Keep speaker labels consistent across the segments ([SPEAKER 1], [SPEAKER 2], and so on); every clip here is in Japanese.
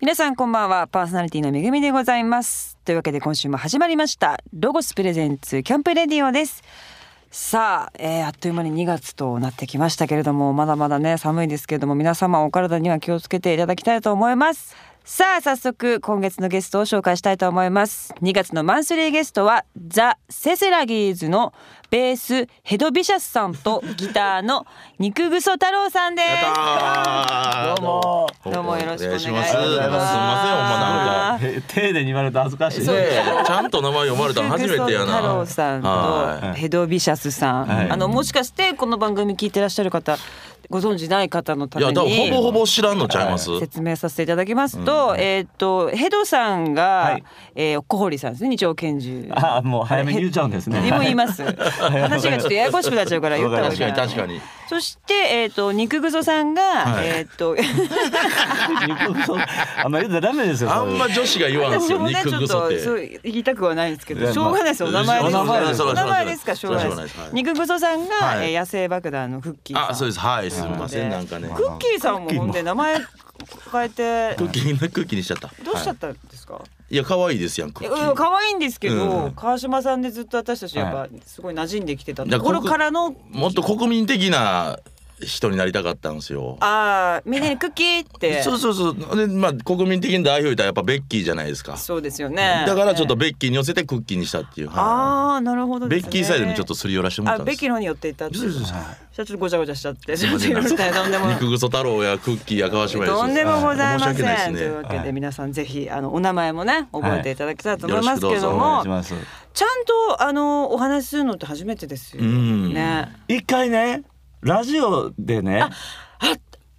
[SPEAKER 1] 皆さんこんばんはパーソナリティのめぐみでございますというわけで今週も始まりましたロゴスプレゼンツキャンプレディオですさあ、えー、あっという間に2月となってきましたけれどもまだまだね寒いですけれども皆様お体には気をつけていただきたいと思いますさあ早速今月のゲストを紹介したいと思います2月のマンスリーゲストはザ・セセラギーズのベースヘドビシャスさんとギターの肉ぐそ太郎さんです
[SPEAKER 2] やったー
[SPEAKER 3] どうも
[SPEAKER 1] どうもよろしくお願いし
[SPEAKER 2] お願
[SPEAKER 1] ま
[SPEAKER 2] い
[SPEAKER 1] す
[SPEAKER 2] しますすみませんほんまなんか
[SPEAKER 3] え丁寧に言われると恥ずかしい。
[SPEAKER 2] ねえちゃんと名前読まれたの初めてやな
[SPEAKER 1] 太郎さん
[SPEAKER 2] は
[SPEAKER 1] とヘドビシャスさん、
[SPEAKER 3] はい
[SPEAKER 1] あのもしかしてこの番組聞いてらっしゃる方ご存知ない方のた
[SPEAKER 2] いい
[SPEAKER 1] め
[SPEAKER 2] やだからほぼ
[SPEAKER 1] に
[SPEAKER 2] ほぼ知らんのちゃいます
[SPEAKER 1] 説明させていただきますと、えっ、とヘドさんが、
[SPEAKER 3] はい
[SPEAKER 1] えー小堀さんですね二丁拳銃。
[SPEAKER 3] ああもう早めに言っちゃうんですね。
[SPEAKER 1] 今言い
[SPEAKER 3] ま
[SPEAKER 1] ます。話がちょっとややこしくなっちゃうから言った方がい
[SPEAKER 2] 確
[SPEAKER 1] い
[SPEAKER 2] かに
[SPEAKER 1] な
[SPEAKER 2] 確かに
[SPEAKER 1] そしてえっ、と肉ぐそさんが、
[SPEAKER 2] い
[SPEAKER 1] えっ、と
[SPEAKER 3] あんま言うとダメですよ。
[SPEAKER 2] あんま女子が言わんす
[SPEAKER 1] 私
[SPEAKER 2] よ
[SPEAKER 1] もねち
[SPEAKER 2] 肉
[SPEAKER 1] ょっ
[SPEAKER 2] ぐそっ
[SPEAKER 1] と
[SPEAKER 2] て
[SPEAKER 1] そう言いたくはないんですけ
[SPEAKER 3] い
[SPEAKER 1] ど
[SPEAKER 3] や
[SPEAKER 1] しょうがないですよお名前です
[SPEAKER 3] まあ
[SPEAKER 1] お
[SPEAKER 3] お
[SPEAKER 1] 名前
[SPEAKER 2] 名前
[SPEAKER 1] で
[SPEAKER 2] ですす
[SPEAKER 1] からしょうがない
[SPEAKER 2] それは
[SPEAKER 1] で
[SPEAKER 2] しょ
[SPEAKER 1] す
[SPEAKER 2] うがないですはい
[SPEAKER 1] 肉ぐそさんが、
[SPEAKER 2] はい
[SPEAKER 1] えー野生爆弾のクッキーさん
[SPEAKER 2] あそうですはいすみませんなんかね
[SPEAKER 1] クッキーさんもほんで名前変えて
[SPEAKER 2] クッキーのクッキーにしちゃった
[SPEAKER 1] どうしちゃ
[SPEAKER 2] は
[SPEAKER 1] ったんですか、
[SPEAKER 2] いいや可愛いですやんク
[SPEAKER 1] い
[SPEAKER 2] ッ
[SPEAKER 1] や
[SPEAKER 2] キ
[SPEAKER 1] うん
[SPEAKER 2] ー
[SPEAKER 1] 可愛いんですけど、
[SPEAKER 2] うん
[SPEAKER 1] 川島さんでずっと私たちやっぱすごい馴染んできてたところ
[SPEAKER 2] だ
[SPEAKER 1] か
[SPEAKER 2] から
[SPEAKER 1] の
[SPEAKER 2] もっと国民的な人になりたかったんですよ
[SPEAKER 1] ああみんなにクッキーって
[SPEAKER 2] そうそうそうでまあ国民的な代表いたらやっぱベッキーじゃないですか
[SPEAKER 1] そうですよね
[SPEAKER 2] だからちょっとベッキーに寄せてクッキーにしたっていうは
[SPEAKER 1] ああなるほど
[SPEAKER 2] い
[SPEAKER 1] で
[SPEAKER 2] ベ
[SPEAKER 1] すね
[SPEAKER 2] ッキーサイドにちょっとすり寄らしてもら
[SPEAKER 1] あ
[SPEAKER 2] ったん
[SPEAKER 1] ベ
[SPEAKER 2] で
[SPEAKER 1] ッ
[SPEAKER 2] す
[SPEAKER 1] キーの方に寄っていったって
[SPEAKER 2] そうそうそう
[SPEAKER 1] ちょっとごちゃごちゃしちゃって、ちょっと
[SPEAKER 2] ません
[SPEAKER 1] いろいろとんでも
[SPEAKER 2] 肉ぐそ太郎やクッキーや川島や
[SPEAKER 1] とんでもございません。
[SPEAKER 2] 申し訳ない
[SPEAKER 1] とい
[SPEAKER 2] です
[SPEAKER 1] う
[SPEAKER 2] ね
[SPEAKER 1] わけ
[SPEAKER 3] は
[SPEAKER 1] で
[SPEAKER 3] い
[SPEAKER 1] 皆さんぜひあのお名前もね覚えていただきたいと思いますけれど
[SPEAKER 2] よろしくどう
[SPEAKER 1] も、
[SPEAKER 2] ぞ
[SPEAKER 3] お願いします。
[SPEAKER 1] ちゃんとあのお話しするのって初めてですよ
[SPEAKER 2] うん
[SPEAKER 1] ね。
[SPEAKER 3] 一回ねラジオでね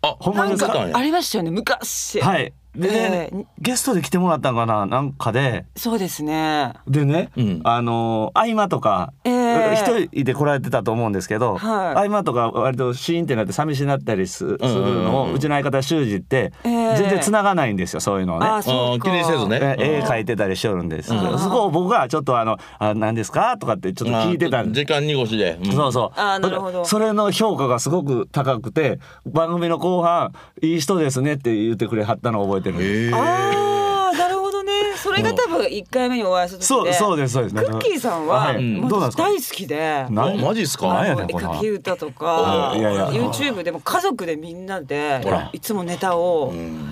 [SPEAKER 2] あ
[SPEAKER 3] ほんま
[SPEAKER 1] な
[SPEAKER 3] に
[SPEAKER 1] ん
[SPEAKER 3] そ
[SPEAKER 2] そう
[SPEAKER 1] か
[SPEAKER 2] なんや
[SPEAKER 1] ありましたよね昔。
[SPEAKER 3] はいでね、
[SPEAKER 1] えー
[SPEAKER 3] ゲストで来てもらったのかななんかで
[SPEAKER 1] そうですね。
[SPEAKER 3] でね、
[SPEAKER 2] うん
[SPEAKER 3] あの合間とか。
[SPEAKER 1] ええ
[SPEAKER 3] 一人で来られてたと思うんですけど、
[SPEAKER 1] はい
[SPEAKER 3] 合間とか割とシーンってなって寂しになったりすする
[SPEAKER 2] うんうんうん
[SPEAKER 3] のをうちの相方修二って
[SPEAKER 1] ええ
[SPEAKER 3] 全然繋がないんですよそういうのをね。
[SPEAKER 1] あそう
[SPEAKER 2] あ
[SPEAKER 1] か
[SPEAKER 2] 気にせずね
[SPEAKER 3] え絵
[SPEAKER 2] うん
[SPEAKER 3] 描いてたりしよるんです、
[SPEAKER 2] うん
[SPEAKER 3] そこを僕はちょっとあの「あ何ですか?」とかってちょっと聞いてたんで
[SPEAKER 2] 時間濁しで、うん
[SPEAKER 3] そうそう
[SPEAKER 1] あーなるほど
[SPEAKER 3] それの評価がすごく高くて番組の後半「いい人ですね」って言ってくれはったのを覚えてるんです
[SPEAKER 2] へえ
[SPEAKER 1] ああなるほどね。それが多分一回目にお会いした時で。
[SPEAKER 3] そうそうですそうです
[SPEAKER 1] クッキーさんは、
[SPEAKER 3] い
[SPEAKER 1] もう
[SPEAKER 3] どうなんですか
[SPEAKER 1] 大好きで。
[SPEAKER 2] あ
[SPEAKER 3] 何
[SPEAKER 2] マジっすか
[SPEAKER 3] なん
[SPEAKER 1] あ
[SPEAKER 3] や
[SPEAKER 1] の
[SPEAKER 3] ねんこれ
[SPEAKER 1] 絵
[SPEAKER 3] は
[SPEAKER 1] 描き歌とか
[SPEAKER 2] うん
[SPEAKER 3] いやいや
[SPEAKER 1] YouTube でも家族でみんなで
[SPEAKER 2] ほら
[SPEAKER 1] いつもネタを
[SPEAKER 2] うん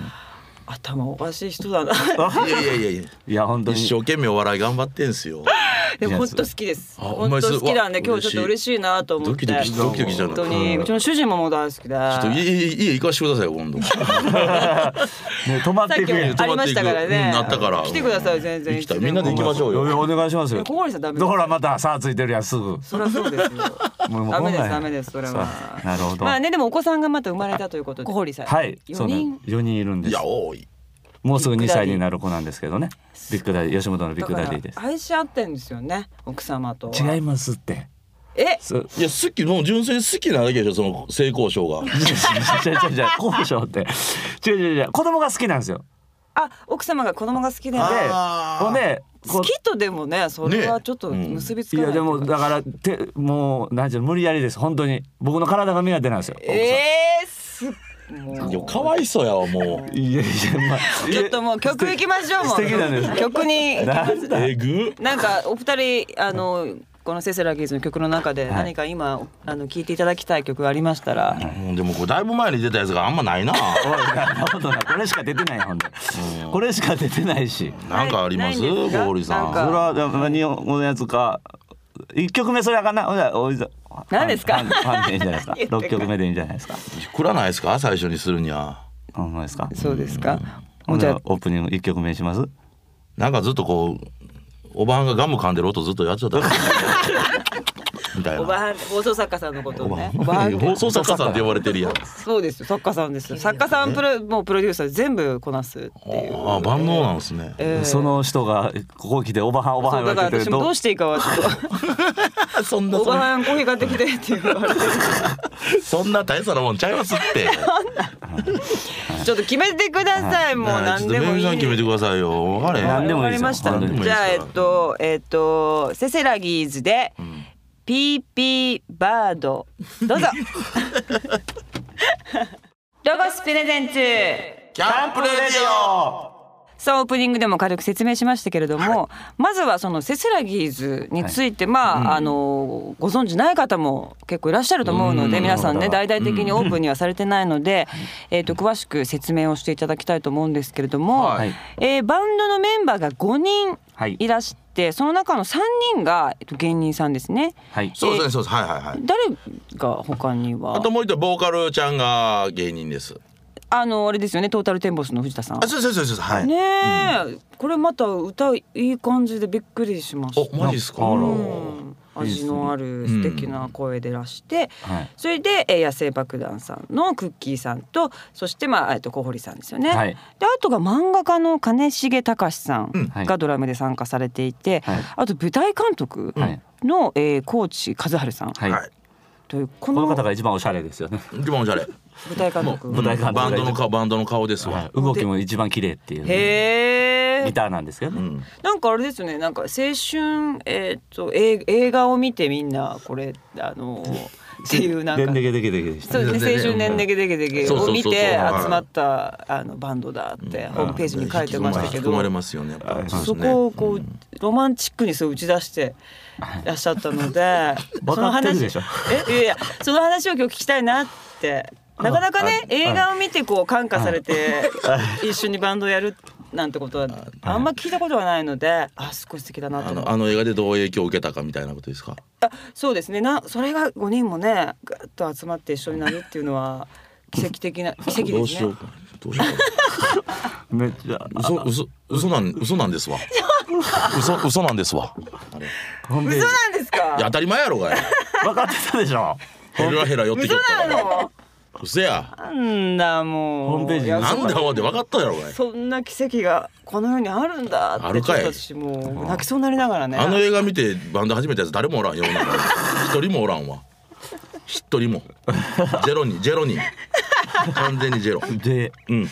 [SPEAKER 1] 頭おかしい人だな
[SPEAKER 2] いやいやいやいや
[SPEAKER 3] いや本当に
[SPEAKER 2] 一生懸命お笑い頑張ってんすよ
[SPEAKER 1] でも本当好きです
[SPEAKER 2] あほん
[SPEAKER 1] 本
[SPEAKER 2] まです
[SPEAKER 1] 当好きなんで
[SPEAKER 2] うわ
[SPEAKER 1] 今日ちょっと嬉しいなと思って
[SPEAKER 2] ドキドキしドキドキしちゃう
[SPEAKER 1] 本当にうちの主人ももう大好きで
[SPEAKER 2] ちょっと家家行かしてくださいよ 今度
[SPEAKER 3] ね止まっ
[SPEAKER 1] さって
[SPEAKER 3] い
[SPEAKER 1] き
[SPEAKER 3] くれ
[SPEAKER 2] よ
[SPEAKER 1] ありましたからね
[SPEAKER 2] うんあったから
[SPEAKER 1] 来てください全然
[SPEAKER 2] 行きたいみんなで行きましょうよ
[SPEAKER 3] お願いしますよ
[SPEAKER 1] 小森さんダメです
[SPEAKER 3] ほらまたさあついてるやんすぐ
[SPEAKER 1] そりゃそうですよ
[SPEAKER 3] もうもう
[SPEAKER 1] ダメです
[SPEAKER 3] こんなんや
[SPEAKER 1] ダメですそれは
[SPEAKER 3] そうなるほど
[SPEAKER 1] まあねでもお子さんがまた生まれたということで小堀さん
[SPEAKER 3] はい
[SPEAKER 1] 4
[SPEAKER 3] なん
[SPEAKER 1] 人
[SPEAKER 3] 4人いるんで
[SPEAKER 2] い
[SPEAKER 3] す
[SPEAKER 2] や多い
[SPEAKER 3] もうすぐ
[SPEAKER 1] ビッグ
[SPEAKER 3] 2
[SPEAKER 1] ダ
[SPEAKER 3] 歳
[SPEAKER 1] ディ
[SPEAKER 3] になる子なんですけどねビッグダディ吉本のビッ
[SPEAKER 1] だ
[SPEAKER 3] グ
[SPEAKER 1] か
[SPEAKER 3] ダ
[SPEAKER 1] ら
[SPEAKER 3] ディです
[SPEAKER 1] 愛し合ってんですよね奥様とは
[SPEAKER 3] 違いますって
[SPEAKER 1] え
[SPEAKER 3] そう
[SPEAKER 2] いや好きもう純粋に好きなだけでしょその性交渉が
[SPEAKER 3] 違う違う違う交渉って違う違う違う子供が好きなんですよ
[SPEAKER 1] あ奥様が子供が好きで
[SPEAKER 2] あー
[SPEAKER 3] でほんで
[SPEAKER 1] 好
[SPEAKER 3] こ
[SPEAKER 1] きとでもねそれは
[SPEAKER 2] ね
[SPEAKER 1] ちょっと結びつ
[SPEAKER 3] うい
[SPEAKER 1] かない
[SPEAKER 3] やでもだからてもうなんちゅうの無理やりです本当に僕の体が目当てなんですよ奥さん
[SPEAKER 1] えー、すも
[SPEAKER 2] いや
[SPEAKER 1] う
[SPEAKER 2] かわいそうやわもう
[SPEAKER 3] いやいやまあ
[SPEAKER 1] ちょっともう曲行きましょうもう
[SPEAKER 3] 素敵なんです
[SPEAKER 1] 曲に行きます
[SPEAKER 3] なんだ
[SPEAKER 2] えぐ
[SPEAKER 1] なんかお二人あのこのセセラギーズの曲の中で何か今、あの聞いていただきたい曲がありましたら、
[SPEAKER 2] うんでもこれだいぶ前に出たやつがあんま ないな
[SPEAKER 3] おいなるほどなこれしか出てないほんでこれしか出てないし
[SPEAKER 2] なんかあります
[SPEAKER 1] ないないんですか
[SPEAKER 2] 小堀さ
[SPEAKER 1] なん
[SPEAKER 2] ん
[SPEAKER 1] か
[SPEAKER 3] それはまあ日本語のやつか一曲目それあかんなほんならおいざ
[SPEAKER 1] 何ですか
[SPEAKER 3] ファンファンでいいんじゃないですか
[SPEAKER 1] 言ってくれ
[SPEAKER 3] 六曲目でいいんじゃないですか
[SPEAKER 2] いくらないですか最初にするには
[SPEAKER 3] ほんまですか
[SPEAKER 1] そうですか、
[SPEAKER 3] ほん
[SPEAKER 1] じ
[SPEAKER 3] な
[SPEAKER 1] ゃ
[SPEAKER 3] らオープニング一曲目にします
[SPEAKER 2] なんかずっとこうおばはんがガム噛んでる音ずっとやっちゃった みたい
[SPEAKER 1] あ
[SPEAKER 2] な
[SPEAKER 1] おばはん放送作家さんのことをね
[SPEAKER 2] おばはん
[SPEAKER 1] おばはん
[SPEAKER 2] 放送作家さんって呼ばれてるやん
[SPEAKER 1] そうですよ作家さんですよ作家さんプロもうプロデューサー全部こなすっていう
[SPEAKER 2] ああ万能なんですね
[SPEAKER 1] えー
[SPEAKER 3] その人がここ来ておばはんおばは
[SPEAKER 1] そ
[SPEAKER 3] ん
[SPEAKER 1] う
[SPEAKER 3] 言
[SPEAKER 1] だか
[SPEAKER 3] われ
[SPEAKER 1] ら
[SPEAKER 3] て
[SPEAKER 1] 私
[SPEAKER 3] て
[SPEAKER 1] も
[SPEAKER 3] ど
[SPEAKER 1] ど
[SPEAKER 3] う
[SPEAKER 1] うしていいかはちょっ
[SPEAKER 2] そん
[SPEAKER 1] と
[SPEAKER 2] な
[SPEAKER 1] おば
[SPEAKER 2] そんな
[SPEAKER 1] はんコーヒー買ってきてって言われて
[SPEAKER 2] そんな大差なもんちゃいますって
[SPEAKER 1] ちょっと決めてくださいもう
[SPEAKER 2] なあち
[SPEAKER 1] 何
[SPEAKER 2] ょっと
[SPEAKER 1] で
[SPEAKER 2] め
[SPEAKER 1] も
[SPEAKER 2] ぐ
[SPEAKER 1] い
[SPEAKER 2] み
[SPEAKER 1] い
[SPEAKER 2] さん決めてくださいよ分かれへん
[SPEAKER 3] 何でもいいですよ
[SPEAKER 1] わかりました
[SPEAKER 3] 何でもいい
[SPEAKER 2] です
[SPEAKER 1] じ
[SPEAKER 2] よ
[SPEAKER 1] ゃあえっとえっとセセラギーズでピーピーバード どうぞロゴスプレゼンツ
[SPEAKER 2] キャンプレディオ
[SPEAKER 1] さあオープニングでも軽く説明しましたけれども、まずはそのセスラギーズについて、まあ、あのご存知ない方も結構いらっしゃると思うので、
[SPEAKER 2] うん
[SPEAKER 1] 皆さんね
[SPEAKER 3] な
[SPEAKER 1] 大々的にオープンにはされてないので、えっと詳しく説明をしていただきたいと思うんですけれども、
[SPEAKER 2] はい
[SPEAKER 1] えーバンドのメンバーが5人
[SPEAKER 3] はい
[SPEAKER 1] いらして、その中の3人が、えっと芸人さんですね。
[SPEAKER 3] はい
[SPEAKER 2] そうですねそうですはいはいはい
[SPEAKER 1] 誰が他には
[SPEAKER 2] あともう一人ボーカルちゃんが芸人です
[SPEAKER 1] あのあれですよねトータルテンボスの藤田さん
[SPEAKER 2] あ。そうそうそうそうはい
[SPEAKER 1] ねえ、これまた歌いい感じでびっくりしました。
[SPEAKER 2] おマジですか
[SPEAKER 3] あら
[SPEAKER 1] うん味のある素敵な声でらして、
[SPEAKER 3] はい
[SPEAKER 1] それで、えー野生爆弾さんのクッキーさんとそしてまあえっと小堀さんですよね。
[SPEAKER 3] はい
[SPEAKER 1] であとが漫画家の金重隆さ
[SPEAKER 2] うん
[SPEAKER 1] ん
[SPEAKER 3] はい
[SPEAKER 1] がドラムで参加されていて、
[SPEAKER 3] はい
[SPEAKER 1] あと舞台監督
[SPEAKER 3] はい
[SPEAKER 1] の、えー、高知和治さん
[SPEAKER 3] はい、
[SPEAKER 2] はい
[SPEAKER 1] というこ
[SPEAKER 3] こ
[SPEAKER 1] の
[SPEAKER 3] の
[SPEAKER 1] 舞
[SPEAKER 3] 方が一番おしゃれですよね、
[SPEAKER 2] 一番おしゃれ
[SPEAKER 1] 台監督。
[SPEAKER 3] 舞台監督
[SPEAKER 2] バンドの顔バンドの顔です
[SPEAKER 3] は
[SPEAKER 2] わ
[SPEAKER 3] い、動きも一番綺麗っていうね
[SPEAKER 1] へえ
[SPEAKER 3] ギ。ターなんですけど
[SPEAKER 2] う
[SPEAKER 3] ね、
[SPEAKER 2] ん
[SPEAKER 1] なんかあれですよねなんか青春えーっと映映画を見てみんなこれあの っていうなんか
[SPEAKER 3] でんでけでけでけでした
[SPEAKER 1] そうですね青春年でけでけでけを見
[SPEAKER 2] そうそうそうそう
[SPEAKER 1] て集まったあのバンドだってホームページに書いてましたけ
[SPEAKER 2] 引き込まれ
[SPEAKER 1] ど。
[SPEAKER 2] ますよねやっぱ
[SPEAKER 1] そこをこうロマンチックにそう打ち出していらっしゃったので、
[SPEAKER 3] わ
[SPEAKER 1] その
[SPEAKER 3] かってる
[SPEAKER 1] 話
[SPEAKER 3] でしょ
[SPEAKER 1] えいやいやその話を今日聞きたいなってなかなかね映画を見てこう感化されて一緒にバンドやるなんてことはあんま聞いたことがないのであすごい素敵だなと
[SPEAKER 2] あ
[SPEAKER 1] 思って
[SPEAKER 2] のあの映画でどう影響を受けたかみたいなことですか
[SPEAKER 1] あそうですねなそれが5人もねぐっと集まって一緒になるっていうのは 奇跡的な奇跡
[SPEAKER 2] ど
[SPEAKER 1] で
[SPEAKER 2] うし
[SPEAKER 1] す
[SPEAKER 2] よ
[SPEAKER 1] ね
[SPEAKER 2] う。かどうしようか
[SPEAKER 3] めっちゃ
[SPEAKER 2] 嘘嘘嘘なん嘘な んですわ。嘘嘘なんですわ。
[SPEAKER 3] ホームページ
[SPEAKER 1] 嘘なんです
[SPEAKER 2] いや
[SPEAKER 1] か
[SPEAKER 2] 当たり前やろがい。
[SPEAKER 3] 分かってたでしょ
[SPEAKER 2] ヘラヘラ寄ってき
[SPEAKER 1] 嘘
[SPEAKER 2] よった
[SPEAKER 1] な
[SPEAKER 2] わ。
[SPEAKER 1] の
[SPEAKER 2] 嘘や。
[SPEAKER 1] なんだもう
[SPEAKER 3] ホームページに
[SPEAKER 1] いや
[SPEAKER 2] なんだわって分かったやろがい。
[SPEAKER 1] そんな奇跡がこの世にあるんだっ
[SPEAKER 2] あ
[SPEAKER 1] て
[SPEAKER 2] る
[SPEAKER 1] ちょ
[SPEAKER 2] か
[SPEAKER 1] っ
[SPEAKER 2] い
[SPEAKER 1] と私もう泣きそうになりながらね
[SPEAKER 2] あの映画見てバンド始めたやつ誰もおらんよ。世の 中に一人もおらんわ。一人も。ゼロにゼロに。完全にゼロ。
[SPEAKER 3] で
[SPEAKER 2] うん。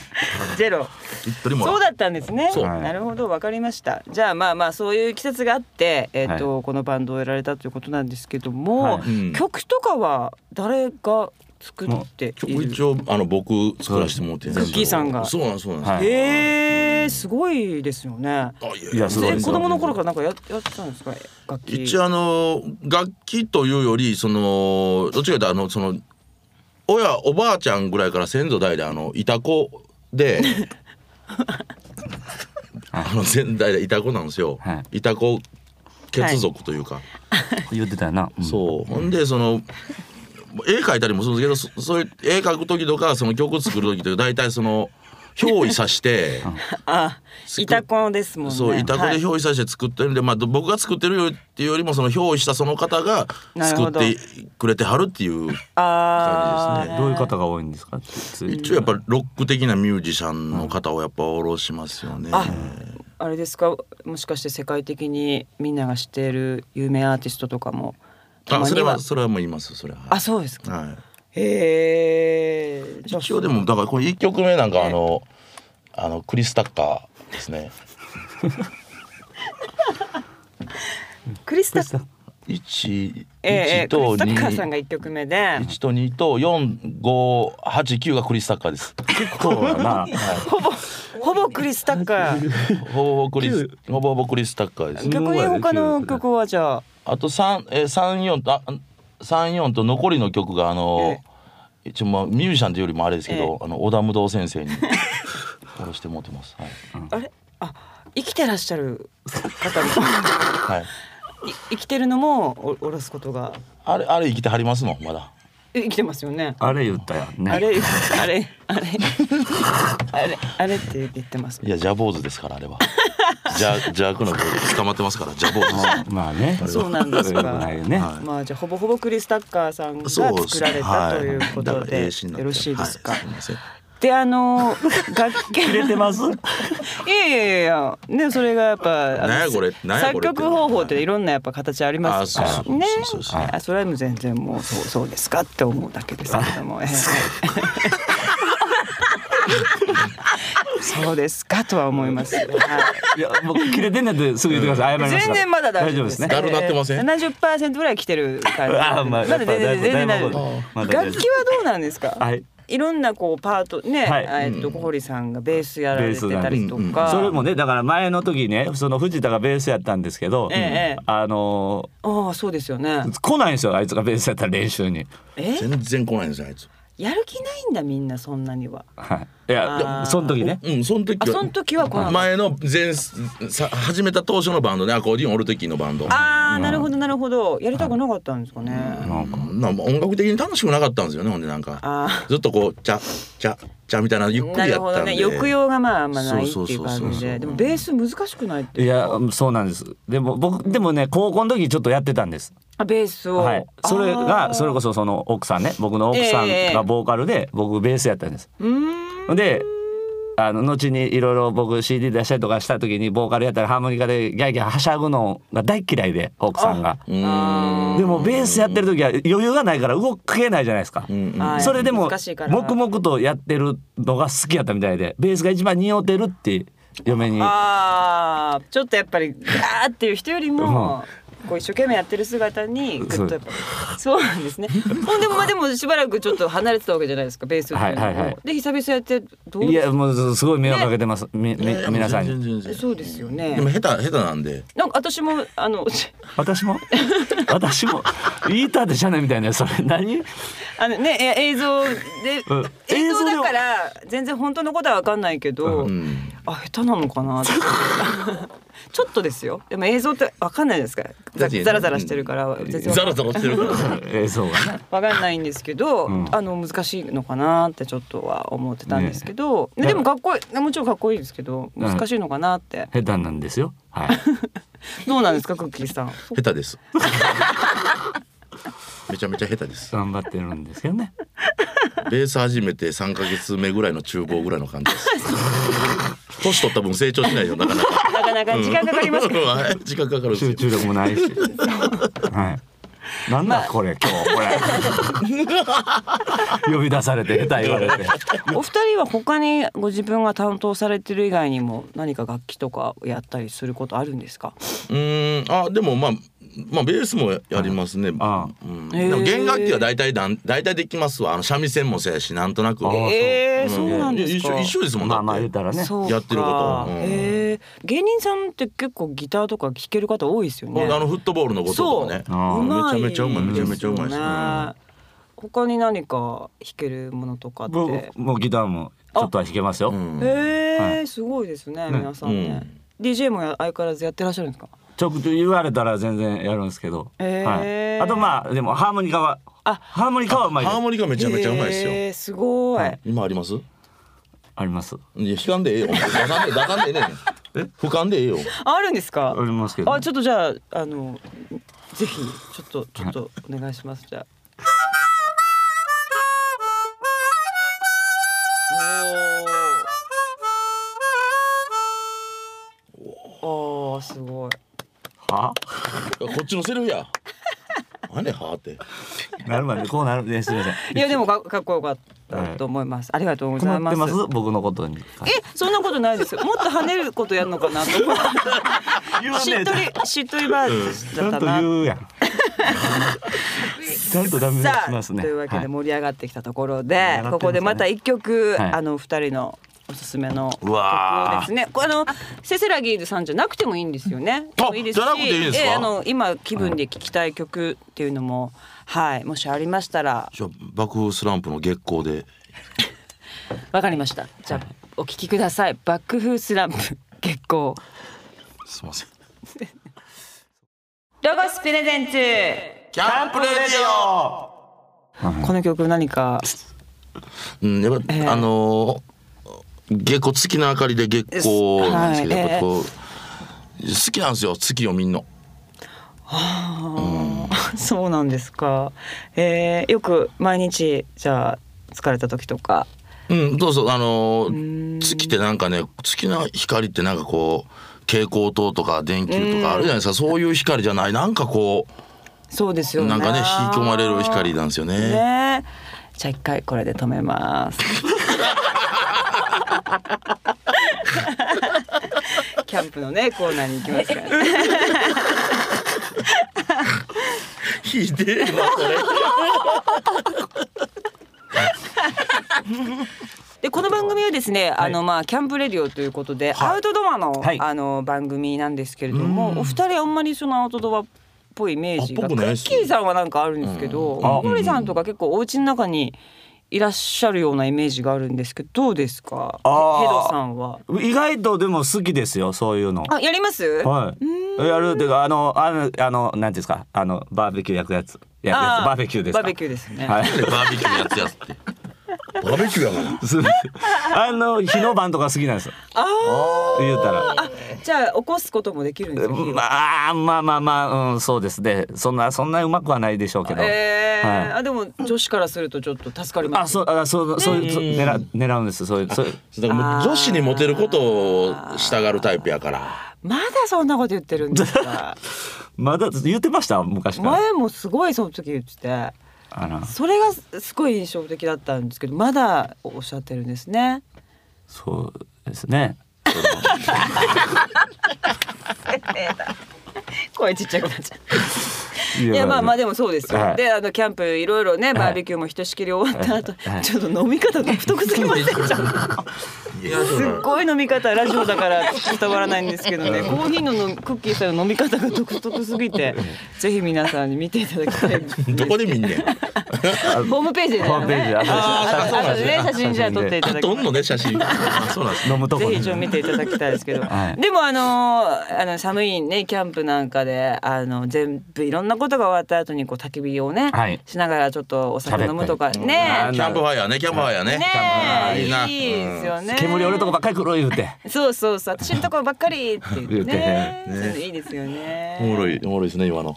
[SPEAKER 1] ゼロ
[SPEAKER 2] 一人もおらん。
[SPEAKER 1] そうだったんですね
[SPEAKER 2] そう
[SPEAKER 1] なるほどわかりましたじゃあまあまあそういう季節があってえっ、と、このバンドをやられたということなんですけども、
[SPEAKER 3] はい
[SPEAKER 2] うん
[SPEAKER 1] 曲とかは誰が作ってい
[SPEAKER 2] 曲
[SPEAKER 1] る
[SPEAKER 2] 一応あの僕作らせてもらってんですけど
[SPEAKER 1] クッキーさんが
[SPEAKER 2] そうなんそうなんです。
[SPEAKER 3] はい
[SPEAKER 1] へえすごいですよね。
[SPEAKER 2] あ
[SPEAKER 3] いやすごい
[SPEAKER 1] え
[SPEAKER 3] で
[SPEAKER 1] 子
[SPEAKER 3] す
[SPEAKER 1] 供の頃からなんかややってたんですか楽器。
[SPEAKER 2] 一応あの楽器というよりそのどっちかというとあのその親おばあちゃんぐらいから先祖代であのいた子であの先代でいた子なんですよ、、
[SPEAKER 3] はい
[SPEAKER 2] た子血族というか、
[SPEAKER 3] 言ってたよな、うん
[SPEAKER 2] そうほんでその絵描いたりもするんですけどそそういう絵描く時とかその曲作る時とか大体その憑依さして。
[SPEAKER 1] あいた子ですもんね。
[SPEAKER 2] そう、委託
[SPEAKER 1] は
[SPEAKER 2] で
[SPEAKER 1] い
[SPEAKER 2] 憑依させて作ってるんで、まあど僕が作ってるよっていうよりもその憑依したその方が
[SPEAKER 1] なる
[SPEAKER 2] 作
[SPEAKER 1] ほ
[SPEAKER 2] っ
[SPEAKER 1] ど
[SPEAKER 2] てくれてはるっていう
[SPEAKER 1] あ
[SPEAKER 2] 感じです
[SPEAKER 1] ー
[SPEAKER 2] ね
[SPEAKER 3] どういう方が多いんですか一
[SPEAKER 2] 一応やっぱロック的なミュージシャンの方をやっぱおろしますよね。
[SPEAKER 1] ああれですかもしかして世界的にみんなが知っている有名アーティストとかも。た
[SPEAKER 2] あ
[SPEAKER 1] ま
[SPEAKER 2] そ
[SPEAKER 1] に
[SPEAKER 2] れはそれはもう言いますそれは。
[SPEAKER 1] あそうですか。
[SPEAKER 2] はい。
[SPEAKER 1] へえ。じゃあ
[SPEAKER 2] 一応でもだからこれ一曲目なんかあのあのクリスタッカーですね。
[SPEAKER 1] クリスタ
[SPEAKER 2] 一
[SPEAKER 1] えーえ
[SPEAKER 2] 一
[SPEAKER 1] ーク
[SPEAKER 2] と
[SPEAKER 1] リスタ
[SPEAKER 2] 二
[SPEAKER 1] ッカーさんが一曲目で。
[SPEAKER 2] 一と二と四五八九がクリスタッカー です。
[SPEAKER 3] 結構やな
[SPEAKER 1] ほぼほぼクリスタッカー。
[SPEAKER 2] ほぼほぼクリスほぼほぼクリスタッカーです。
[SPEAKER 1] 逆に他の曲はじゃあ。
[SPEAKER 2] あと三え三四とあ三四と残りの曲があの
[SPEAKER 1] え、
[SPEAKER 2] 一応まあミュージシャンというよりもあれですけど、あの小田無道先生に殺してもってます。はい。
[SPEAKER 1] あれあ生きてらっしゃる方も
[SPEAKER 2] はい、
[SPEAKER 1] い生きてるのもおおろすことが
[SPEAKER 2] あれあれ生きてはりますもんまだ。
[SPEAKER 1] え生きてますよね。
[SPEAKER 3] あれ言ったやんね
[SPEAKER 1] あれあれあれあれあれって言ってます。
[SPEAKER 2] いやジャボーズですからあ れは。ジャジャークの捕まってますからジャボーズです。
[SPEAKER 3] まあね
[SPEAKER 1] そうなんですか
[SPEAKER 3] よくないよね、
[SPEAKER 2] は
[SPEAKER 1] まあじゃあほぼほぼクリスタッカーさんが
[SPEAKER 2] そう
[SPEAKER 1] 作られたということで、よろしいですか。であの楽器
[SPEAKER 3] 切れてます
[SPEAKER 1] いやいやいやいやねそれがやっぱあの
[SPEAKER 2] なんやこれなんやこ
[SPEAKER 1] 作
[SPEAKER 2] れって
[SPEAKER 1] 曲方法っていろんなやっぱ形ありますから
[SPEAKER 2] あそうそう
[SPEAKER 1] ね
[SPEAKER 2] そうそうそう
[SPEAKER 1] はいあそれはもう全然もうそうそうですかって思うだけですけどもええ そうですかとは思いますよはい
[SPEAKER 3] いや僕切れてんねんってすぐ言ってください謝ります
[SPEAKER 1] 全然まだ大丈夫です
[SPEAKER 3] ね
[SPEAKER 2] 大丈夫ですねだるなってません
[SPEAKER 1] 七十パーセントぐらい来てる感じ
[SPEAKER 3] あーま
[SPEAKER 1] ま
[SPEAKER 3] あ
[SPEAKER 1] だ全
[SPEAKER 3] やっぱ
[SPEAKER 1] 然全然
[SPEAKER 3] だ
[SPEAKER 1] 大
[SPEAKER 3] い
[SPEAKER 1] 丈
[SPEAKER 3] ぶ
[SPEAKER 1] 夫
[SPEAKER 3] まだ大丈夫
[SPEAKER 1] 楽器はどうなんですか
[SPEAKER 3] はい
[SPEAKER 1] いろんなこうパートね、
[SPEAKER 3] はい
[SPEAKER 1] えっと小堀さんがベースやられてたりと
[SPEAKER 3] ベース
[SPEAKER 1] か、
[SPEAKER 3] それもねだから前の時ねその藤田がベースやったんですけど、
[SPEAKER 1] ええ
[SPEAKER 3] あの
[SPEAKER 1] ああそうですよね。
[SPEAKER 3] ー来ないんですよあいつがベースやったら練習に。
[SPEAKER 1] え
[SPEAKER 2] 全然来ないんですよあいつ。
[SPEAKER 1] やる気ないんだみんなそんなには。
[SPEAKER 3] はい、
[SPEAKER 1] あ
[SPEAKER 3] いや
[SPEAKER 1] ー
[SPEAKER 3] その時ね
[SPEAKER 2] うんその時
[SPEAKER 1] あその時は来なかった
[SPEAKER 2] 前の前さ始めた当初のバンドねアコーディオンおる時のバンド。
[SPEAKER 1] ああなるほどなるほどやりたくなかったんですかね。
[SPEAKER 3] なんか
[SPEAKER 2] なんか音楽的に楽しくなかったんですよねほんでなんか
[SPEAKER 1] ああ
[SPEAKER 2] ずっとこう「ちゃちゃちゃ」みたいなゆっく
[SPEAKER 1] な
[SPEAKER 2] りや
[SPEAKER 1] る
[SPEAKER 2] っ
[SPEAKER 1] ほ
[SPEAKER 2] た
[SPEAKER 1] ど
[SPEAKER 2] んで、
[SPEAKER 1] ね抑揚がまああんまないって
[SPEAKER 2] そう
[SPEAKER 1] い
[SPEAKER 2] そううそうそう
[SPEAKER 1] 感じででもベース難しくないって
[SPEAKER 3] いやそうなんですでも僕でもね高校の時ちょっとやってたんです
[SPEAKER 1] あベースを、
[SPEAKER 3] はいそれ
[SPEAKER 1] あ
[SPEAKER 3] が
[SPEAKER 1] ー
[SPEAKER 3] それこそその奥さんね僕の奥さん
[SPEAKER 1] ええ
[SPEAKER 3] がボーカルで僕ベースやったんです
[SPEAKER 1] うーん
[SPEAKER 3] であの後にいろいろ僕 CD 出したりとかした時にボーカルやったらハーモニカでギャーギャーはしゃぐのが大嫌いで奥さんが
[SPEAKER 2] うーん
[SPEAKER 3] でもベースやってる時は余裕がないから動けないじゃないですか、
[SPEAKER 2] うんうん
[SPEAKER 1] はい
[SPEAKER 3] それでも
[SPEAKER 1] 難しいから
[SPEAKER 3] 黙々とやってるのが好きやったみたいでベースが一番似合うてるって嫁に
[SPEAKER 1] ああちょっとやっぱりガーっていう人よりも、こう一生懸命やってる姿にグッとやっぱそうなんですね。ほんでも まあでもしばらくちょっと離れてたわけじゃないですかベースっていうのを
[SPEAKER 3] はいはいはい
[SPEAKER 1] で久々やってどう
[SPEAKER 3] いやもうすごい迷惑かけてます、みみ皆さんに
[SPEAKER 2] 全然全然
[SPEAKER 1] そうですよね
[SPEAKER 2] でも。下手下手なんで
[SPEAKER 1] なんか私もあの
[SPEAKER 3] 私も私も言いたってしゃあないみたいなそれ 何
[SPEAKER 1] あのねえ映像で、
[SPEAKER 3] うん
[SPEAKER 1] 映像だから全然本当のことは分かんないけど、
[SPEAKER 2] うん
[SPEAKER 1] あ下手なのか なってちょっとですよでも映像って分かんないですからザ
[SPEAKER 2] だって
[SPEAKER 1] ザラザラしてるから全然わかんない
[SPEAKER 2] ザラザラしてるから
[SPEAKER 3] 映像がね
[SPEAKER 1] わかんないんですけど、
[SPEAKER 3] うん
[SPEAKER 1] あの難しいのかなってちょっとは思ってたんですけど、ねでもかっこいいもちろんかっこいいですけど
[SPEAKER 3] うん
[SPEAKER 1] 難しいのかなって、
[SPEAKER 3] 下手なんですよはい
[SPEAKER 1] どうなんですかクッキーさん
[SPEAKER 2] 下手です めちゃめちゃ下手です
[SPEAKER 3] 頑張ってるんですよね
[SPEAKER 2] ベース始めて3か月目ぐらいの厨房ぐらいの感じです年取った分成長しないよなかなか
[SPEAKER 1] なかなか時間かかりますけど、
[SPEAKER 2] はい時間かかるんですよ
[SPEAKER 3] 集中力 もないしはいなんだこれ、今日こ れ呼び出されて下手言われて
[SPEAKER 1] お二人は他にご自分が担当されてる以外にも何か楽器とかやったりすることあるんですか
[SPEAKER 2] うーんあでもまあまあベースもやりますね。
[SPEAKER 3] あ
[SPEAKER 2] うん、
[SPEAKER 1] へー
[SPEAKER 2] でも弦楽器は大体だん大体できますわ。あの三味線もそうやしなんとなく。
[SPEAKER 3] あー
[SPEAKER 1] えー、
[SPEAKER 2] ん
[SPEAKER 1] そうなんですか
[SPEAKER 2] いや一緒一緒ですもんだ
[SPEAKER 3] ま
[SPEAKER 2] っ
[SPEAKER 3] あ
[SPEAKER 2] て。
[SPEAKER 3] まあ言ったらね
[SPEAKER 1] そうか
[SPEAKER 2] やってることうん
[SPEAKER 1] えー芸人さんって結構ギターとか弾ける方多いですよね
[SPEAKER 2] あのフットボールのこととかね。
[SPEAKER 1] そう
[SPEAKER 3] あー
[SPEAKER 1] うまい
[SPEAKER 2] めちゃめちゃうまいめちゃめちゃうまいです
[SPEAKER 1] よね他に何か弾けるものとかって
[SPEAKER 3] 僕もうギターもちょっとは弾けますよ、
[SPEAKER 2] うん
[SPEAKER 1] えー、すごいですね皆さん
[SPEAKER 2] う
[SPEAKER 1] ね DJ もや相変わらずやってらっしゃるんですか
[SPEAKER 3] ちょくちょく言われたら全然やるんですけど、
[SPEAKER 1] へー
[SPEAKER 3] はい、あとまあでもハーモニカは
[SPEAKER 1] あ
[SPEAKER 3] ハーモニカはうまいで
[SPEAKER 2] ハー
[SPEAKER 3] す
[SPEAKER 2] モニカめちゃめちゃうまいですよ。
[SPEAKER 1] えー、すごい、
[SPEAKER 3] はい
[SPEAKER 2] 今あります？い
[SPEAKER 3] あります
[SPEAKER 2] や弾かんでええよ。出さんで出さんでええねん。俯瞰でええよ。
[SPEAKER 1] あるんですか
[SPEAKER 3] ありますけど
[SPEAKER 1] あちょっとじゃああのぜひちょっとちょっとお願いしますじゃあおーすごい
[SPEAKER 3] は
[SPEAKER 2] こっちのセルフや。何はーって。
[SPEAKER 3] なるまでこうなるねすみません
[SPEAKER 1] いやでもか かっこよかったと思います、ありがとうござい
[SPEAKER 3] 困
[SPEAKER 1] ま
[SPEAKER 3] って
[SPEAKER 1] す
[SPEAKER 3] ます僕のことに
[SPEAKER 1] えそんなことないですよもっと跳ねることやるのか なと思ってしっとりしっとりバージ
[SPEAKER 3] ち
[SPEAKER 1] ョ
[SPEAKER 3] ゃ
[SPEAKER 1] ンだった
[SPEAKER 3] んと
[SPEAKER 1] な、
[SPEAKER 3] 言うやん ちゃんとダメ出し
[SPEAKER 1] さあ
[SPEAKER 3] ますね
[SPEAKER 1] というわけで
[SPEAKER 3] は
[SPEAKER 1] 盛り上がってきたところで、
[SPEAKER 3] 盛り上がってますね
[SPEAKER 1] ここでまた一曲、
[SPEAKER 3] はい
[SPEAKER 1] あの二人のおすすめの曲
[SPEAKER 2] う
[SPEAKER 1] を
[SPEAKER 2] わ
[SPEAKER 1] で
[SPEAKER 2] ー
[SPEAKER 1] すねこれあのセセラギーズさんじゃなくてもいいんですよね
[SPEAKER 2] あ
[SPEAKER 1] もういいですし
[SPEAKER 2] じゃなくていいんですか
[SPEAKER 1] ええあの今気分で聴きたい曲っていうのもはいもしありましたら
[SPEAKER 2] じゃあ爆風スランプの月光で。
[SPEAKER 1] わかりましたじゃあお聴きくださいバックフースラ ンプ月光
[SPEAKER 2] すみません。
[SPEAKER 1] ロゴスプレゼンツ
[SPEAKER 2] キャンプレディオ。
[SPEAKER 1] この曲何か
[SPEAKER 2] うん、やっぱ、
[SPEAKER 1] えー
[SPEAKER 2] あのー月光月の明かりで月光なんですけど、
[SPEAKER 1] はい
[SPEAKER 2] やっぱこう、好きなんですよ月をみんな。
[SPEAKER 1] そうなんですか、えー、よく毎日じゃあ疲れた時とか
[SPEAKER 2] うんそうそうあのー
[SPEAKER 1] ーん
[SPEAKER 2] 月ってなんかね月の光ってなんかこう蛍光灯とか電球とかあるじゃないですかそういう光じゃないなんかこ
[SPEAKER 1] そうですよ
[SPEAKER 2] う
[SPEAKER 1] ね。
[SPEAKER 2] なんかね引き込まれる光なんですよね。
[SPEAKER 1] ね。じゃあ一回これで止め ます。キャンプのねコーナーに行きますから、ね。
[SPEAKER 2] ひでえなそれ。
[SPEAKER 1] でこの番組はですね、あのまあキャンプレディオということで、
[SPEAKER 2] はい
[SPEAKER 1] アウトドアの、
[SPEAKER 3] はい
[SPEAKER 1] あの番組なんですけれども、お二人あんまりそのアウトドアっぽいイメージ
[SPEAKER 2] あ
[SPEAKER 1] が、
[SPEAKER 2] っぽ
[SPEAKER 1] ク
[SPEAKER 2] くないっ
[SPEAKER 1] ッ
[SPEAKER 2] す
[SPEAKER 1] キーさんはなんかあるんですけど、
[SPEAKER 3] んあ
[SPEAKER 1] 小森さんとか結構お家の中にいらっしゃるようなイメージがあるんですけど、どうですか、ヘ
[SPEAKER 3] あー
[SPEAKER 1] ドさんは。
[SPEAKER 3] 意外とでも好きですよそういうの
[SPEAKER 1] あ、やります？
[SPEAKER 3] はいやるっていうかあのあのあのなんていうんですかあのバーベキュー焼くやつやるや
[SPEAKER 1] あ
[SPEAKER 3] つバーベキューですか
[SPEAKER 1] バーベキューですね。
[SPEAKER 3] はい
[SPEAKER 2] なんでバーベキューやつやつって。バーベキューやから。
[SPEAKER 3] すあの日の晩とか好きなんですよ
[SPEAKER 1] あ
[SPEAKER 3] 言うたら
[SPEAKER 1] あ、じゃあ起こすこともできるんですか？火を
[SPEAKER 3] まあまあまあまあ、うん、そうですねそんなそんなうまくはないでしょうけど、
[SPEAKER 1] えー
[SPEAKER 3] はい
[SPEAKER 1] あでも女子からするとちょっと助かりま
[SPEAKER 3] あ
[SPEAKER 1] す。
[SPEAKER 3] そうあそうそういうそう狙う狙うんですそういうそういう
[SPEAKER 2] だからもう女子にモテることを従るタイプやから。
[SPEAKER 1] まだそんなこと言ってるんですか。
[SPEAKER 3] まだ言ってました昔から
[SPEAKER 1] 前もすごいその時言ってて、
[SPEAKER 3] あら
[SPEAKER 1] それがすごい印象的だったんですけど、まだおっしゃってるんですね。
[SPEAKER 3] そうですね
[SPEAKER 1] 声ちっちゃくなっちゃう。
[SPEAKER 3] い
[SPEAKER 1] いやまあまあ
[SPEAKER 3] で
[SPEAKER 1] でもそうですよ、
[SPEAKER 3] はい
[SPEAKER 1] であのキャンプいろいろねバーベキューもひとしきり終わった後、
[SPEAKER 3] はい
[SPEAKER 1] ちょっと飲み方独特すぎませんちょっと
[SPEAKER 2] いや、
[SPEAKER 1] すっごい飲み方ラジオだから伝わらないんですけどねコーヒーののクッキーさんの飲み方が独特すぎてぜひ皆さんに見ていただ きたい
[SPEAKER 2] どこで見んねん。
[SPEAKER 1] ホームページで、ね、
[SPEAKER 3] ホームページで後で
[SPEAKER 1] あ
[SPEAKER 3] あそうなん
[SPEAKER 1] 後
[SPEAKER 3] で
[SPEAKER 1] です
[SPEAKER 3] ね
[SPEAKER 1] ね写真じゃあ撮っていた
[SPEAKER 2] あ
[SPEAKER 1] だき
[SPEAKER 2] どんのね、写真。あそうなんですね。
[SPEAKER 3] 飲むとこ
[SPEAKER 1] ぜ
[SPEAKER 3] ね
[SPEAKER 1] ひ一応見ていただきたいですけど、
[SPEAKER 3] はい
[SPEAKER 1] でもあのーあの寒いねキャンプなんかであの全部いろんなことが終わった後にこう焚き火をね、
[SPEAKER 3] はい
[SPEAKER 1] しながらちょっとお酒飲むとかね
[SPEAKER 3] あ
[SPEAKER 2] キャンプファイヤーね、キャンプファイヤーね。
[SPEAKER 1] ね
[SPEAKER 2] いいな。
[SPEAKER 1] いいですよね。
[SPEAKER 3] 煙俺のとこばっかり黒い言うて
[SPEAKER 1] そうそうそう私のところばっかりって言ってね
[SPEAKER 2] 言
[SPEAKER 1] そうい
[SPEAKER 2] ってね
[SPEAKER 1] うのいいですよね。
[SPEAKER 2] おもろい、おもろいですね、今の。